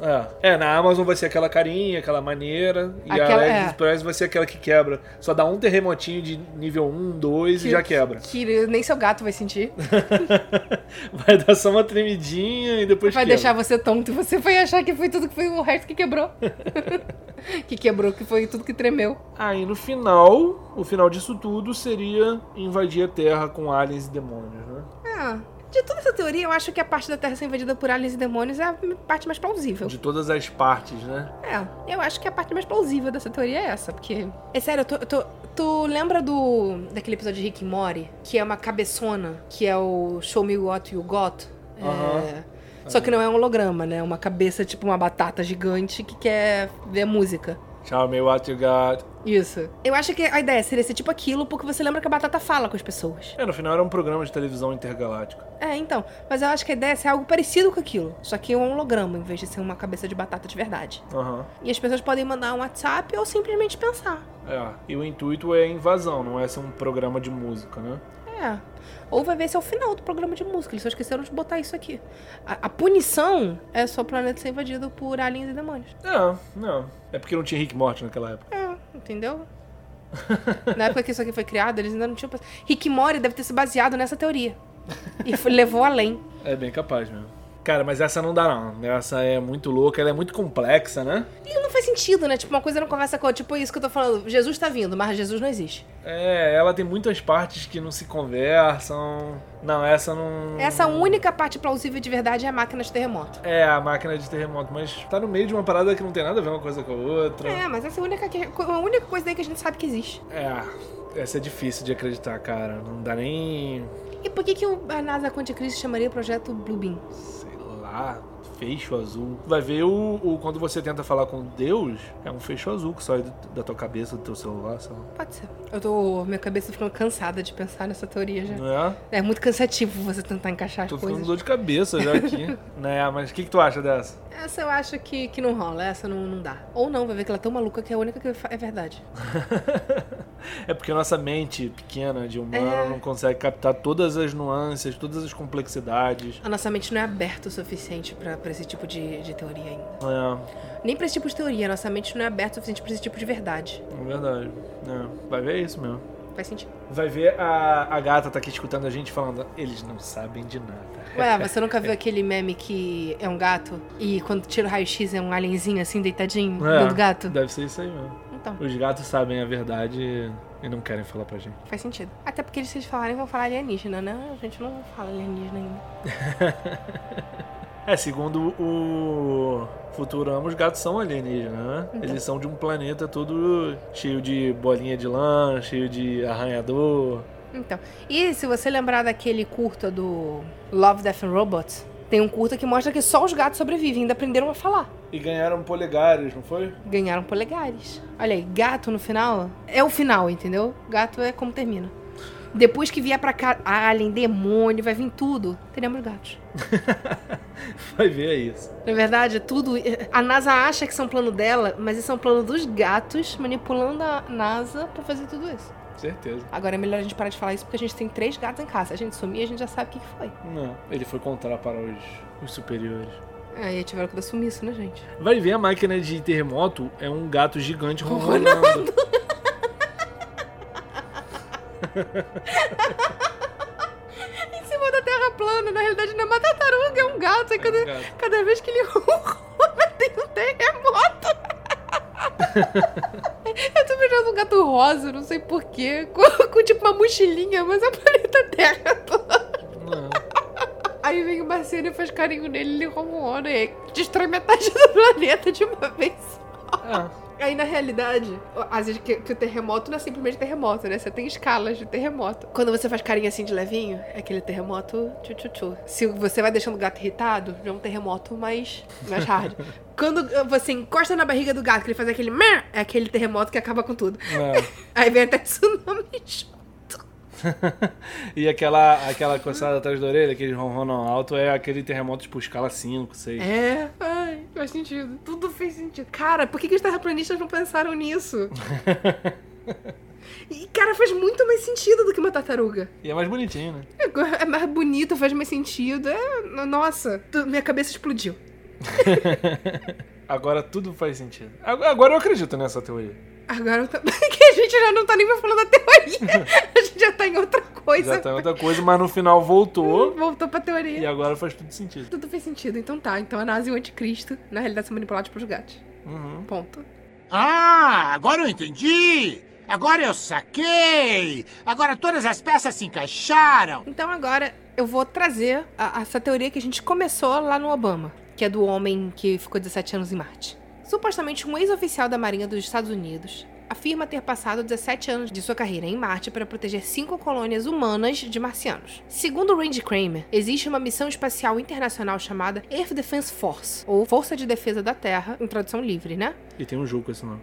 B: É. É, na Amazon vai ser aquela carinha, aquela maneira. E
A: Aquela-
B: a
A: é.
B: AliExpress vai ser aquela que quebra. Só dá um terremotinho de nível 1, 2 e já quebra. <laughs>
A: Que nem seu gato vai sentir.
B: Vai dar só uma tremidinha e depois
A: Vai
B: quebra.
A: deixar você tonto. Você vai achar que foi tudo que foi o resto que quebrou. que quebrou, que foi tudo que tremeu.
B: Aí no final, o final disso tudo seria invadir a Terra com aliens e demônios, né?
A: Ah, de toda essa teoria, eu acho que a parte da Terra ser invadida por aliens e demônios é a parte mais plausível.
B: De todas as partes, né?
A: É, eu acho que a parte mais plausível dessa teoria é essa, porque... É sério, eu tô... eu tô- tu lembra do... daquele episódio de Rick e Morty? Que é uma cabeçona, que é o Show Me What You Got. É,
B: Aham.
A: Só que não é um holograma, né? É uma cabeça, tipo uma batata gigante que quer ver música.
B: Tell me what you got.
A: Isso. Eu acho que a ideia seria ser tipo aquilo, porque você lembra que a batata fala com as pessoas.
B: É, no final era um programa de televisão intergaláctico.
A: É, então. Mas eu acho que a ideia é ser algo parecido com aquilo. Só que é um holograma, em vez de ser uma cabeça de batata de verdade.
B: Aham.
A: E as pessoas podem mandar um WhatsApp ou simplesmente pensar.
B: É. E o intuito é a invasão, não é ser um programa de música, né?
A: É. Ou vai ver se é o final do programa de música. Eles só esqueceram de botar isso aqui. A, a punição é só o planeta ser invadido por aliens e demônios.
B: É, não. É porque não tinha Rick Morty naquela época.
A: É, entendeu? Na época que isso aqui foi criado, eles ainda não tinham. pens- Rick e Morty deve ter se baseado nessa teoria. E foi- levou além.
B: É bem capaz mesmo. Cara, mas essa não dá não. Essa é muito louca, ela é muito complexa, né?
A: E não faz sentido, né? Tipo, uma coisa não conversa com a outra. Tipo, isso que eu tô falando. Jesus tá vindo, mas Jesus não existe.
B: É, ela tem muitas partes que não se conversam. Não, essa não.
A: Essa única parte plausível de verdade é a máquina de terremoto.
B: É, a máquina de terremoto, mas tá no meio de uma parada que não tem nada a ver uma coisa com a outra.
A: É, mas essa é a única, que- a única coisa daí que a gente sabe que existe.
B: É, essa é difícil de acreditar, cara. Não dá nem.
A: E por que, que o- a NASA Quanti Cristo chamaria o projeto Bluebeam?
B: sei lá. Fecho azul. Vai ver o, o- quando você tenta falar com Deus, é um fecho azul que sai do- da tua cabeça, do teu celular, sei lá.
A: Pode ser. Eu tô. Minha cabeça ficando cansada de pensar nessa teoria já.
B: Não é?
A: É muito cansativo você tentar encaixar as
B: Tô ficando com
A: coisas.
B: dor de cabeça
A: <laughs>
B: já aqui. né, mas o que, que tu acha dessa? <laughs>
A: Essa eu acho que, que não rola, essa não, não dá. Ou não, vai ver que ela é tão maluca que é a única que fa- é verdade.
B: É porque nossa mente pequena de humano
A: É.
B: não consegue captar todas as nuances, todas as complexidades.
A: A nossa mente não é aberta o suficiente pra pra esse tipo de, de teoria ainda.
B: É,
A: Nem pra esse tipo de teoria, nossa mente não é aberta o suficiente pra esse tipo de verdade.
B: é verdade. É, vai ver isso mesmo.
A: Faz sentido.
B: Vai ver a, a gata tá aqui escutando a gente falando, eles não sabem de nada.
A: Ué, você nunca viu aquele meme que é um gato e quando tira o raio-x é um alienzinho assim, deitadinho,
B: É,
A: do gato?
B: Deve ser isso aí mesmo.
A: Então,
B: Os gatos sabem a verdade E não querem falar pra gente.
A: Faz sentido. Até porque se eles falarem, vão falar alienígena, né? A gente não fala alienígena ainda.
B: É, segundo o Futurama, os gatos são alienígenas, né? Eles são de um planeta todo cheio de bolinha de lã, cheio de arranhador.
A: Então. E se você lembrar daquele curta do Love, Death and Robots, tem um curta que mostra que só os gatos sobrevivem, ainda aprenderam a falar.
B: E ganharam polegares, não foi?
A: Ganharam polegares. Olha aí, gato no final é o final, entendeu? Gato é como termina. Depois que vier pra cá, alien, demônio, vai vir tudo. Teremos gatos.
B: <laughs> Vai ver, é isso.
A: Na verdade, é tudo. A NASA acha que são plano dela, mas isso é um plano dos gatos manipulando a NASA pra fazer tudo isso.
B: Certeza.
A: Agora é melhor a gente parar de falar isso porque a gente tem três gatos em casa. Se A gente sumir, a gente já sabe o que, que foi.
B: Não, ele foi contar para os, os superiores.
A: Aí tiveram que assumir isso, né, gente?
B: Vai ver a máquina de terremoto é um gato gigante ronronando.
A: Em cima da terra plana, na realidade não é uma tartaruga, é um gato. Aí cada,
B: um gato.
A: cada vez que ele <laughs> rola, tem um terremoto. Eu tô vendo um gato rosa, não sei porquê, <laughs> com, com tipo uma mochilinha, mas é o planeta Terra.
B: Não.
A: Aí vem o Marciano e faz carinho nele, ele rola um ano e destrói metade do <laughs> planeta de uma vez.
B: Ah,
A: Aí, na realidade, às vezes que, que o terremoto não é simplesmente terremoto, né? Você tem escalas de terremoto. Quando você faz carinha assim de levinho, é aquele terremoto tchu-tchu-tchu. Se você vai deixando o gato irritado, já é um terremoto mais, mais hard. Quando você encosta na barriga do gato, que ele faz aquele mer, é aquele terremoto que acaba com tudo.
B: não.
A: Aí vem até <laughs> tsunami.
B: E aquela, aquela coçada atrás da orelha, aquele ronronão alto, é aquele terremoto tipo escala 5, 6.
A: É, ai, faz sentido. Tudo fez sentido. Cara, por que, que os terraplanistas não pensaram nisso? E, cara, faz muito mais sentido do que uma tartaruga.
B: E é mais bonitinho, né?
A: É mais bonito, faz mais sentido. É, no- nossa, tu- minha cabeça explodiu.
B: Agora tudo faz sentido. Ag- Agora eu acredito nessa teoria.
A: Agora eu tô... <laughs> que a gente já não tá nem mais falando da teoria. A gente já tá em outra coisa.
B: Já tá em outra coisa, mas no final voltou
A: Voltou pra
B: e
A: teoria.
B: agora faz tudo sentido.
A: Tudo fez sentido, então tá. Então a NASA e o anticristo, na realidade, são manipulados pelos gatos.
B: Uhum.
A: Ponto.
C: Ah, agora eu entendi! Agora eu saquei! Agora todas as peças se encaixaram!
A: Então agora eu vou trazer a- essa teoria que a gente começou lá no Obama, que é do homem que ficou 17 anos em Marte. Supostamente um ex-oficial da Marinha dos Estados Unidos afirma ter passado 17 anos de sua carreira em Marte para proteger cinco colônias humanas de marcianos. Segundo Randy Kramer, existe uma missão espacial internacional chamada Earth Defense Force, ou Força de Defesa da Terra, em tradução livre, né?
B: E tem um jogo com esse nome.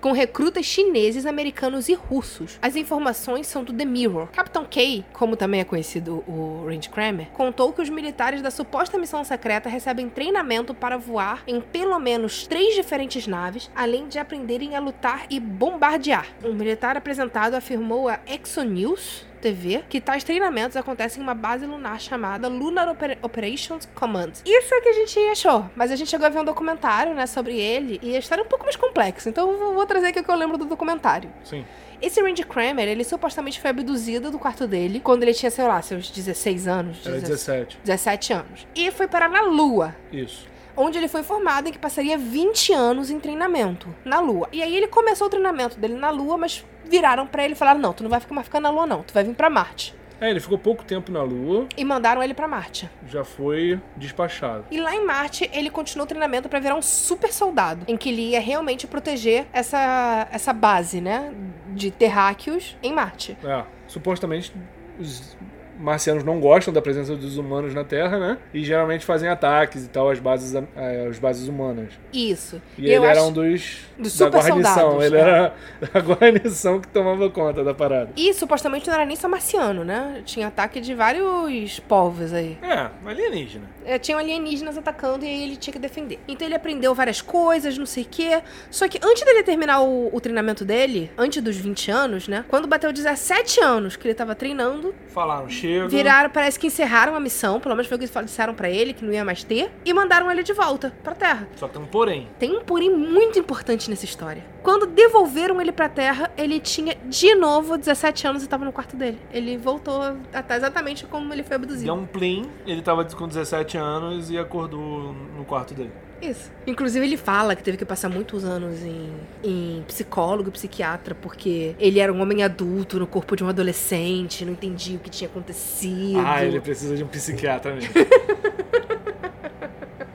A: com recrutas chineses, americanos e russos. As informações são do The Mirror. Capitão Kay, como também é conhecido o Randy Kramer, contou que os militares da suposta missão secreta recebem treinamento para voar em pelo menos três diferentes naves, além de aprenderem a lutar e bombardear. Um militar apresentado afirmou a Exonews TV que tais treinamentos acontecem em uma base lunar chamada Lunar Oper- Operations Command. Isso é o que a gente achou, mas a gente chegou a ver um documentário, né, sobre ele e a história é um pouco mais complexa, então eu vou- vou trazer aqui o que eu lembro do documentário.
B: Sim.
A: Esse Randy Kramer, ele supostamente foi abduzido do quarto dele quando ele tinha, sei lá, seus 16 anos,
B: Era
A: 17
B: 17.
A: 17 anos, e foi parar na Lua,
B: Isso.
A: onde ele foi formado em que passaria 20 anos em treinamento na Lua. E aí ele começou o treinamento dele na Lua, mas viraram pra ele e falaram: "Não, tu não vai ficar mais ficando na Lua não, tu vai vir pra Marte".
B: É, ele ficou pouco tempo na Lua,
A: E mandaram ele pra Marte.
B: já foi despachado.
A: E lá em Marte, ele continuou o treinamento pra virar um super soldado, em que ele ia realmente proteger essa essa base, né, de terráqueos em Marte.
B: É, supostamente os marcianos não gostam da presença dos humanos na Terra, né? E geralmente fazem ataques e tal às bases, eh, às bases humanas.
A: Isso.
B: E ele era um dos,
A: dos
B: da
A: super
B: guarnição.
A: soldados,
B: ele
A: é.
B: era <laughs> a guarnição que tomava conta da parada.
A: E supostamente não era nem só marciano, né? Tinha ataque de vários povos aí.
B: É, alienígena.
A: É, tinham alienígenas atacando e aí ele tinha que defender. Então ele aprendeu várias coisas, não sei o quê. Só que antes dele terminar o, o treinamento dele, antes dos 20 anos, né? Quando bateu 17 anos que ele tava treinando,
B: Falaram, chega.
A: viraram, parece que encerraram a missão, pelo menos foi o que eles disseram pra ele, que não ia mais ter, e mandaram ele de volta pra Terra.
B: Só que tem um porém.
A: Tem um porém muito importante nessa história. Quando devolveram ele pra Terra, ele tinha de novo 17 anos e tava no quarto dele. Ele voltou até exatamente como ele foi abduzido.
B: Deu um plim, ele tava com 17 anos e acordou no quarto dele.
A: Isso. Inclusive, ele fala que teve que passar muitos anos em, em psicólogo, psiquiatra, porque ele era um homem adulto no corpo de um adolescente, não entendia o que tinha acontecido.
B: Ah, ele precisa de um psiquiatra mesmo.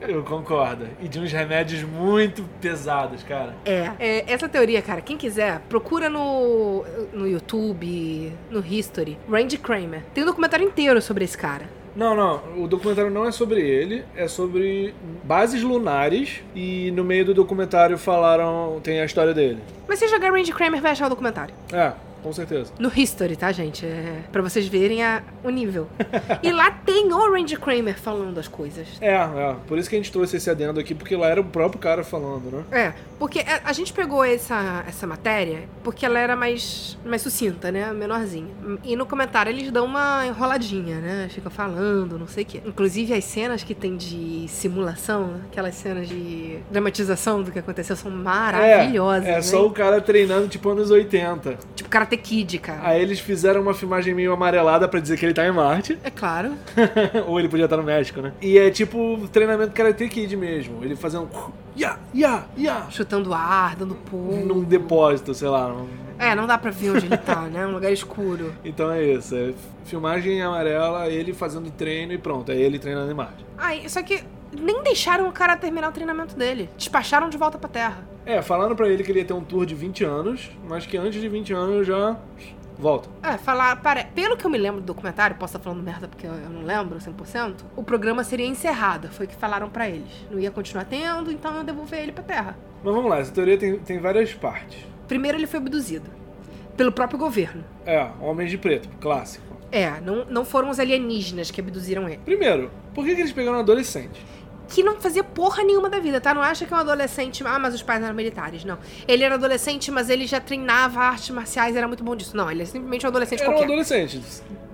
B: Eu concordo. E de uns remédios muito pesados, cara.
A: É. É, Essa teoria, cara, quem quiser, procura no, no YouTube, no History, Randy Kramer. Tem um documentário inteiro sobre esse cara.
B: Não, não. O documentário não é sobre ele, é sobre bases lunares. E no meio do documentário falaram. tem a história dele.
A: Mas se jogar Randy Kramer, vai achar o documentário.
B: É, com certeza.
A: No History, tá, gente? É, pra vocês verem a- o nível. e lá tem o Randy Kramer falando as coisas.
B: É, é. Por isso que a gente trouxe esse adendo aqui, porque lá era o próprio cara falando, né?
A: É, porque a a gente pegou essa, essa matéria porque ela era mais, mais sucinta, né? Menorzinha. E no comentário eles dão uma enroladinha, né? Ficam falando, não sei o quê. Inclusive as cenas que tem de simulação, né? aquelas cenas de dramatização do que aconteceu, são maravilhosas.
B: É, é
A: né?
B: só o cara treinando tipo anos 80.
A: Tipo Karate Kid, cara.
B: Aí eles fizeram uma filmagem meio amarelada pra dizer que ele tá em Marte. <laughs>
A: É claro.
B: Ou ele podia estar no México, né? E é tipo treinamento Karate Kid mesmo. Ele fazendo. um Ya, ya, ya.
A: Chutando ar, dando pulo.
B: Num depósito, sei lá. num-
A: É, não dá pra ver onde ele tá, <laughs> né? Um lugar escuro.
B: Então é isso. É filmagem amarela, ele fazendo treino e pronto. É ele treinando em Marte.
A: Ai, só que nem deixaram o cara terminar o treinamento dele. Despacharam de volta pra terra.
B: É, falaram pra ele que ele ia ter um tour de 20 anos, mas que antes de 20 anos já. Volta.
A: É, falar. Para, pelo que eu me lembro do documentário, posso estar falando merda porque eu eu não lembro 100%, o programa seria encerrado. Foi o que falaram pra eles. Não ia continuar tendo, então eu devolver ele pra terra.
B: Mas vamos lá, essa teoria tem, tem várias partes.
A: Primeiro, ele foi abduzido pelo próprio governo.
B: É, Homens de Preto, clássico.
A: É, não, não foram os alienígenas que abduziram ele.
B: Primeiro, por que, que eles pegaram um adolescente?
A: que não fazia porra nenhuma da vida, tá? Não acha que é um adolescente. Ah, mas os pais eram militares. Não. Ele era adolescente, mas ele já treinava artes marciais, era muito bom disso. Não, ele é simplesmente um adolescente
B: Era um
A: qualquer.
B: adolescente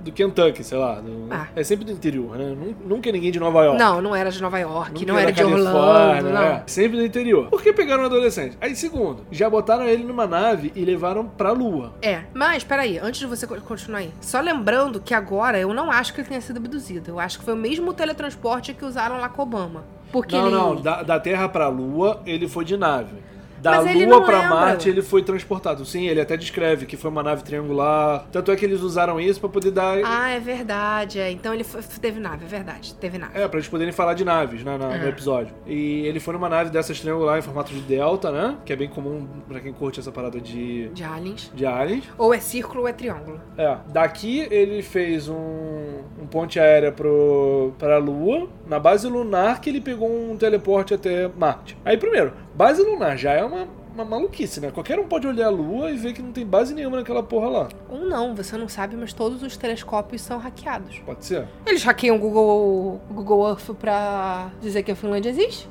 B: do Kentucky, sei lá. do-
A: Ah.
B: É sempre do interior, né? Nun- Nunca é ninguém de Nova York.
A: Não, não era de Nova York,
B: Nunca é
A: não era de
B: Califórnia,
A: Orlando, não.
B: é. Sempre do interior. Por que pegaram um adolescente? Aí, segundo, já botaram ele numa nave e levaram pra lua.
A: É, mas peraí, antes de você co- continuar aí, só lembrando que agora eu não acho que ele tenha sido abduzido. Eu acho que foi o mesmo teletransporte que usaram lá com Obama. Porque
B: não,
A: ele.
B: não. Da, da Terra pra lua, ele foi de nave. Da
A: Mas ele
B: Lua
A: não
B: pra
A: lembra.
B: Marte, ele foi transportado. Sim, ele até descreve que foi uma nave triangular. Tanto é que eles usaram isso pra poder dar.
A: Ah, é verdade. É. Então ele foi- teve nave, é verdade. Teve nave.
B: É, pra eles poderem falar de naves, né, na- no episódio. E ele foi numa nave dessas triangular em formato de delta, né? Que é bem comum pra quem curte essa parada de,
A: De aliens.
B: de aliens.
A: Ou é círculo ou é triângulo.
B: É, daqui ele fez um, um ponte aérea pro, pra Lua, na base lunar que ele pegou um teleporte até Marte. Aí, primeiro, base lunar já é uma, uma maluquice, né? Qualquer um pode olhar a Lua e ver que não tem base nenhuma naquela porra lá.
A: Ou não, você não sabe, mas todos os telescópios são hackeados.
B: Pode ser? <laughs>
A: Eles hackeiam o Google, o Google Earth pra dizer que a Finlândia existe?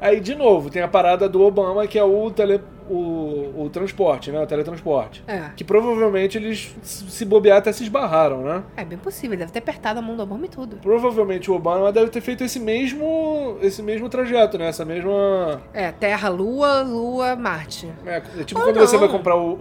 B: Aí, de novo, tem a parada do Obama, que é o, tele, o, o transporte, né? O teletransporte.
A: É.
B: Que provavelmente eles, se se bobear, até se esbarraram, né?
A: É bem possível, deve ter apertado a mão do Obama e tudo.
B: Provavelmente o Obama deve ter feito esse mesmo, esse mesmo trajeto, né? Essa mesma
A: É, Terra, Lua, Lua, Marte.
B: É, é tipo
A: Ou
B: quando
A: não.
B: você vai comprar o,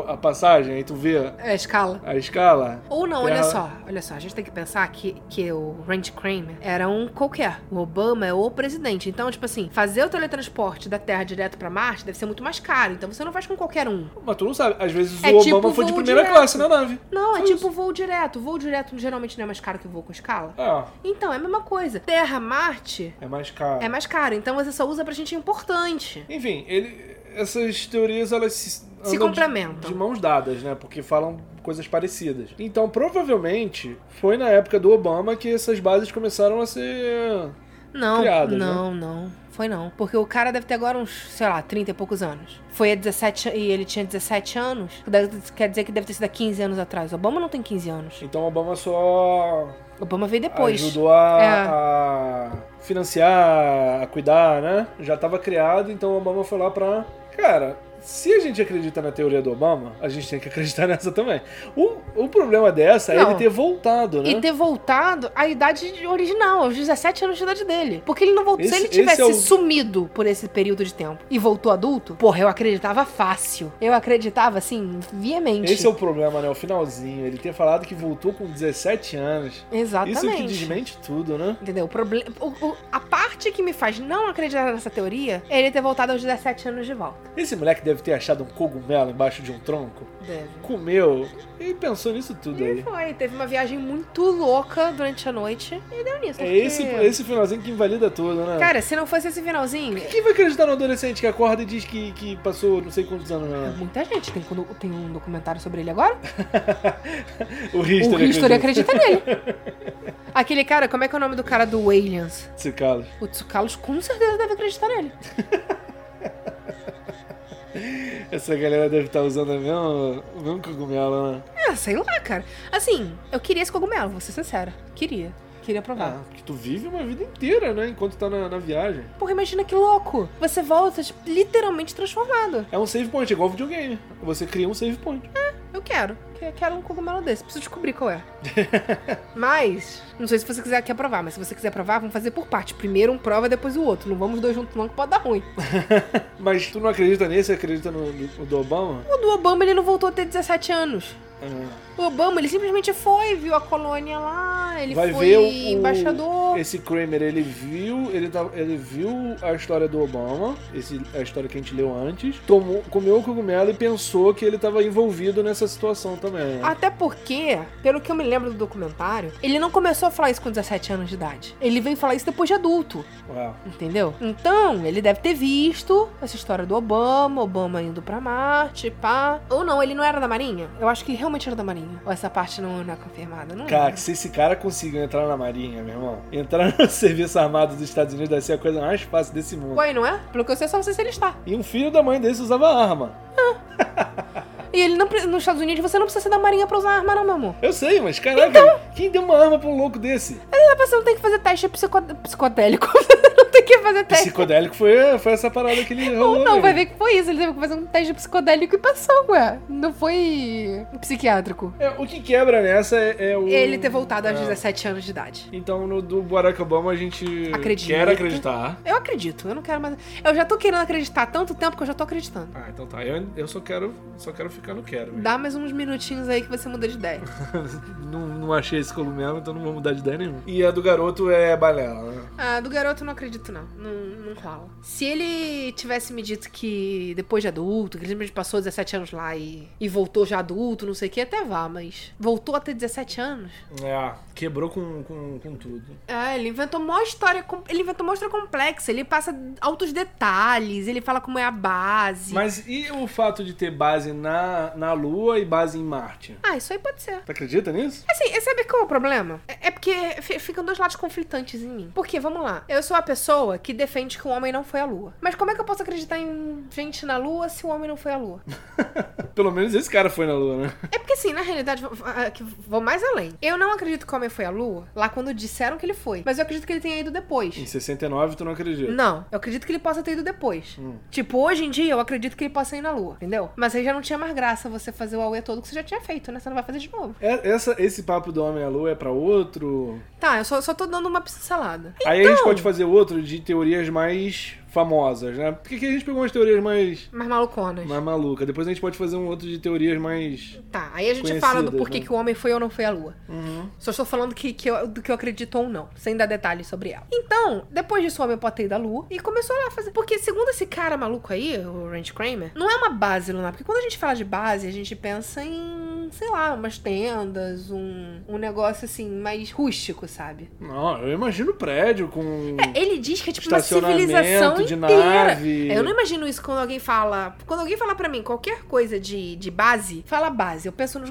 B: o- a passagem e tu vê
A: É, escala.
B: a escala.
A: Ou não,
B: Terra-
A: olha só, olha só, a gente tem que pensar que, que o Randy Kramer era um qualquer. O Obama é o presidente. Então, tipo assim, fazer o teletransporte da Terra direto pra Marte deve ser muito mais caro. Então você não faz com qualquer um.
B: Mas tu não sabe, às vezes
A: É
B: o
A: tipo
B: Obama foi de
A: voo
B: primeira
A: direto.
B: classe na nave.
A: Não, é
B: Só
A: tipo voo direto. Voo direto geralmente não é mais caro que voo com escala.
B: É,
A: Então, é a mesma coisa. Terra, Marte
B: é mais caro.
A: é mais caro, então você só usa pra gente importante.
B: Enfim, ele, essas teorias elas se, andam
A: Se
B: de-
A: complementam.
B: De mãos dadas, né? Porque falam coisas parecidas. Então, provavelmente, foi na época do Obama que essas bases começaram a ser.
A: Não,
B: criadas, né?
A: não, não. Foi não. Porque o cara deve ter agora uns, sei lá, 30 e poucos anos. Foi a 17 e ele tinha 17 anos. Deve- Quer dizer que deve ter sido há 15 anos atrás. Obama não tem 15 anos.
B: Então, o Obama só
A: Obama veio depois.
B: Ajudou a,
A: É.
B: a financiar, a cuidar, né? Já tava criado, então o Obama foi lá pra. Cara, se a gente acredita na teoria do Obama, a gente tem que acreditar <laughs> nessa também. O, o problema dessa é
A: Não.
B: ele ter voltado, né?
A: E ter voltado à idade original, aos 17 anos de idade dele. Porque ele não voltou.
B: Esse-
A: Se ele tivesse
B: esse é o-
A: sumido por esse período de tempo e voltou adulto, porra, eu acreditava fácil. Eu acreditava, assim, viamente.
B: Esse é o problema, né? O finalzinho. Ele ter falado que voltou com 17 anos.
A: Exatamente.
B: Isso que desmente tudo, né?
A: Entendeu? O proble- o- o- a parte que me faz não acreditar nessa teoria é ele ter voltado aos 17 anos de volta.
B: Esse moleque deve ter achado um cogumelo embaixo de um tronco,
A: Deve.
B: comeu e pensou nisso tudo
A: E
B: aí.
A: foi, teve uma viagem muito louca durante a noite e deu nisso.
B: É
A: porque-
B: esse, esse finalzinho que invalida tudo, né?
A: Cara, se não fosse esse finalzinho,
B: Quem vai acreditar no adolescente que acorda e diz que, que passou não sei quantos anos na...
A: Muita gente. Tem, quando- tem um documentário sobre ele agora?
B: O History,
A: o History acredita
B: acredita.
A: nele. Aquele cara, como é que é o nome do cara do Williams?
B: Esse Carlos.
A: O Tsukalos com certeza deve acreditar nele.
B: Essa galera deve estar usando a mesma- o mesmo cogumelo, né?
A: Ah, sei lá, cara. Assim, eu queria esse cogumelo, vou ser sincera. Queria. Queria provar.
B: Ah, porque tu vive uma vida inteira, né? Enquanto tá na, na viagem.
A: Porra, imagina que louco. Você volta tipo, literalmente transformado.
B: É um save point, igual videogame. Você cria um save point.
A: Eu quero. Que- Quero um cogumelo desse. Preciso descobrir qual
B: <laughs>
A: é. Mas, não sei se você quiser, quer provar, mas se você quiser provar, vamos fazer por parte. Primeiro um prova, depois o outro. Não vamos dois juntos não, que pode dar
B: <laughs>
A: ruim.
B: Mas tu não acredita nesse, acredita no, no do Obama?
A: O do Obama, ele não voltou a ter 17 anos.
B: Ah,
A: O Obama, ele simplesmente foi, viu a colônia lá, ele
B: Vai
A: foi
B: ver o, o-
A: embaixador.
B: Esse Kramer, ele viu, ele, tá, ele viu a história do Obama, esse, a história que a gente leu antes, tomou, comeu o cogumelo e pensou que ele tava envolvido nessa situação também. né?
A: Até porque, pelo que eu me lembro do documentário, ele não começou a falar isso com 17 anos de idade. Ele veio falar isso depois de adulto,
B: Uau.
A: entendeu? Então, ele deve ter visto essa história do Obama, Obama indo pra Marte, pá. Ou não, ele não era da Marinha? Eu acho que ele realmente era da Marinha. Ou essa parte não, não é confirmada, não
B: Cara,
A: é?
B: se esse cara conseguiu entrar na marinha, meu irmão, entrar no <laughs> serviço armado dos Estados Unidos deve ser a coisa mais fácil desse mundo.
A: Ué, não é? Pelo que eu sei, só não sei se ele está.
B: E um filho da mãe desse usava arma.
A: E ele não, pre- nos Estados Unidos você não precisa ser da Marinha pra usar arma, não, meu amor.
B: Eu sei, mas caraca,
A: Então?
B: quem deu uma arma pra um louco desse?
A: Você não tem que fazer teste psico... psicodélico. <laughs> Você não tem que fazer teste.
B: Psicodélico é um foi, foi essa parada que ele rolou.
A: É. Ou não,
B: mesmo.
A: vai ver que foi isso. Ele teve que fazer um teste psicodélico e passou, ué. Não foi psiquiátrico.
B: É, o que quebra nessa é, é o.
A: Ele ter voltado aos
B: é.
A: 17 anos de idade.
B: Então, no do Barack Obama, a gente
A: Acredita.
B: quer acreditar.
A: Eu acredito, eu não quero mais. Eu já tô querendo acreditar há tanto tempo que eu já tô acreditando.
B: Ah, então tá. Eu, eu só quero só quero ficar no quero. mesmo.
A: Dá mais uns minutinhos aí que você muda de ideia.
B: <laughs> Não, não achei esse columelo, então não vou mudar de ideia nenhuma. E a do garoto é balela, né?
A: Ah, do garoto eu não acredito, não. Não, não rola. Se ele tivesse me dito que depois de adulto, que ele simplesmente passou 17 anos lá e, e voltou já adulto, não sei o que, até vá, mas voltou a ter 17 anos.
B: É, quebrou com, com, com tudo.
A: É, ele inventou uma história, com- ele inventou uma história complexa, ele passa altos detalhes, ele fala como é a base.
B: Mas e o fato de ter base na, na Lua e base em Marte?
A: Ah, isso aí pode ser.
B: Tu acredita nisso? <laughs>
A: Assim, e sabe qual é o problema? É é porque fi- ficam dois lados conflitantes em mim. Porque, vamos lá, eu sou a pessoa que defende que o homem não foi à lua. Mas como é que eu posso acreditar em gente na lua se o homem não foi à lua?
B: Pelo menos esse cara foi na Lua, né?
A: É porque, assim, na realidade, vou- ah, que vou mais além. Eu não acredito que o homem foi à lua lá quando disseram que ele foi. Mas eu acredito que ele tenha ido depois.
B: Em 69, tu não acredita.
A: Não, eu acredito que ele possa ter ido depois. Tipo, hoje em dia eu acredito que ele possa ir na lua, entendeu? Mas aí já não tinha mais graça você fazer o Aue todo que você já tinha feito, né? Você não vai fazer de novo.
B: É- Essa, esse papo do Homem à Lua é pra outro.
A: Tá, eu só, só tô dando uma pincelada.
B: Aí a gente pode
A: Então.
B: fazer outro de teorias mais famosas, né? Porque aqui a gente pegou umas teorias mais,
A: Mas maluconas.
B: mais malucas. Depois a gente pode fazer um outro de teorias mais.
A: Tá, aí a gente fala do
B: Conhecidas,
A: porquê
B: né?
A: que o homem foi ou não foi à lua. Só estou falando que, que eu- do que eu acredito ou não, sem dar detalhes sobre ela. Então, depois disso, o homem pode ter ido à lua e começou lá a fazer. Porque, segundo esse cara maluco aí, o Ranch Kramer, não é uma base lunar. Porque quando a gente fala de base, a gente pensa em, sei lá, umas tendas, um, um negócio assim, mais rústico, sabe?
B: Não, eu imagino prédio
A: <laughs>
B: com.
A: É, ele diz que é tipo uma
B: Estacionamento
A: civilização
B: de
A: inteira.
B: nave.
A: É, Eu não imagino isso quando alguém fala. Quando alguém fala pra mim qualquer coisa de, de base, fala base. Eu penso nos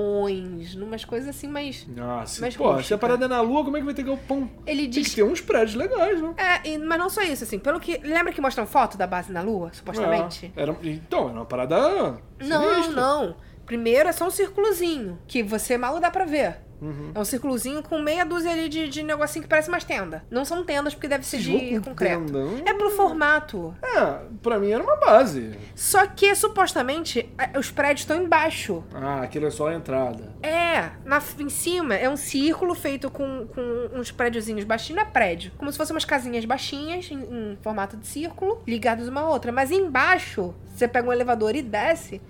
A: galpões, numas coisas assim, mas.
B: Nossa,
A: Mas
B: pô, Ah, se
A: rústica.
B: a parada é na Lua, como é que vai ter galpão?
A: Ele
B: Tem
A: diz
B: que ter uns prédios legais, né?
A: É, e- mas não só isso, assim, pelo que. Lembra que
B: Ah, um,
A: mostram foto da base na Lua, supostamente?
B: É, era, então, era uma parada.
A: Não,
B: sinistra.
A: não. Primeiro é só um círculozinho, que você mal dá pra ver.
B: Uhum.
A: É um círculozinho com meia dúzia ali de, de negocinho que parece mais tenda. Não são tendas, porque deve ser de
B: Jogo com
A: concreto.
B: tenda, hum.
A: É pro formato.
B: Ah, pra mim era uma base.
A: Só que, supostamente, a- os prédios estão embaixo.
B: Ah, aquilo é só a entrada.
A: É, na, em cima é um círculo feito com, com uns prédiozinhos baixinhos. Não é prédio, como se fossem umas casinhas baixinhas, em, em formato de círculo, ligadas uma à outra. Mas embaixo, você pega um elevador e desce,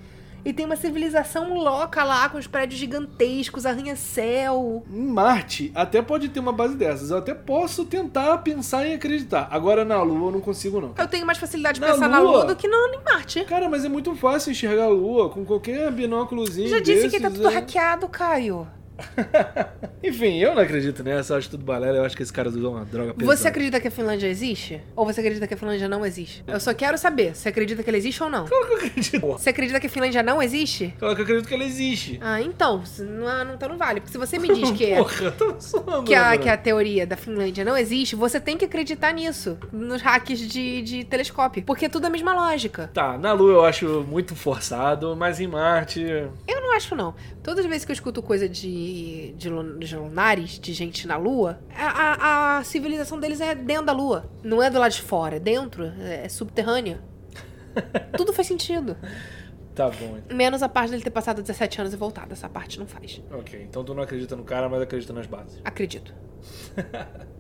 A: e tem uma civilização louca lá, com os prédios gigantescos, arranha-céu.
B: Em Marte até pode ter uma base dessas. Eu até posso tentar pensar e acreditar. Agora na Lua eu não consigo, não.
A: Eu tenho mais facilidade de
B: Na
A: pensar na
B: Lua?
A: Lua do que no, em Marte.
B: Cara, mas é muito fácil enxergar a Lua com qualquer binóculozinho.
A: Já disse que
B: desses,
A: tá tudo
B: é.
A: hackeado, Caio.
B: Enfim, eu não acredito nessa. Eu acho tudo balela. Eu acho que esse cara usou uma droga pesada. <laughs>
A: Você acredita que a Finlândia existe? Ou você acredita que a Finlândia não existe? Eu só quero saber se acredita que ela existe ou não.
B: Claro que eu acredito.
A: Você acredita que a Finlândia não existe?
B: Claro que eu acredito que ela existe.
A: Ah, então, se não, ah, não- então não vale. Porque se você me
B: <laughs>
A: diz que,
B: Porra, eu tô zoando.
A: que,
B: né,
A: a,
B: mano?
A: que a teoria da Finlândia não existe, você tem que acreditar nisso, nos hacks de, de telescópio. Porque é tudo a mesma lógica.
B: Tá, na Lua eu acho muito forçado, mas em Marte.
A: Eu não acho, não. Todas as vezes que eu escuto coisa de, de, lu- de lunares, de gente na Lua, a, a- a civilização deles é dentro da Lua. Não é do lado de fora, é dentro, é, é subterrânea. tudo faz sentido.
B: Tá bom, então.
A: Menos a parte dele ter passado 17 anos e voltado. Essa parte não faz.
B: Ok, então tu não acredita no cara, mas acredita nas bases.
A: Acredito.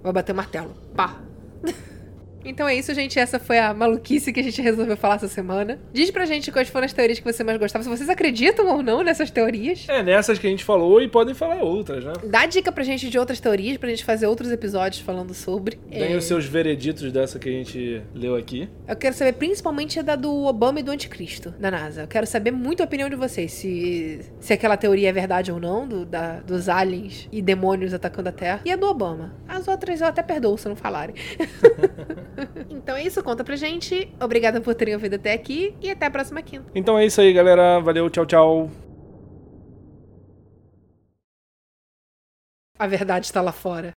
A: Vai bater o martelo. Pá. <laughs> Então é isso, gente. Essa foi a maluquice que a gente resolveu falar essa semana. Diz pra gente quais foram as teorias que você mais gostava, se vocês acreditam ou não nessas teorias.
B: É nessas que a gente falou e podem falar outras, né?
A: Dá dica pra gente de outras teorias, pra gente fazer outros episódios falando sobre.
B: Deem
A: É,
B: os seus vereditos dessa que a gente leu aqui.
A: Eu quero saber principalmente a da do Obama e do Anticristo, da NASA. Eu quero saber muito a opinião de vocês, se, se aquela teoria é verdade ou não, do- da- dos aliens e demônios atacando a Terra. E a do Obama. As outras eu até perdoo se não falarem. <laughs> então é isso, conta pra gente. Obrigada por terem ouvido até aqui e até a próxima quinta.
B: Então é isso aí, galera. Valeu, tchau, tchau.
A: A verdade está lá fora.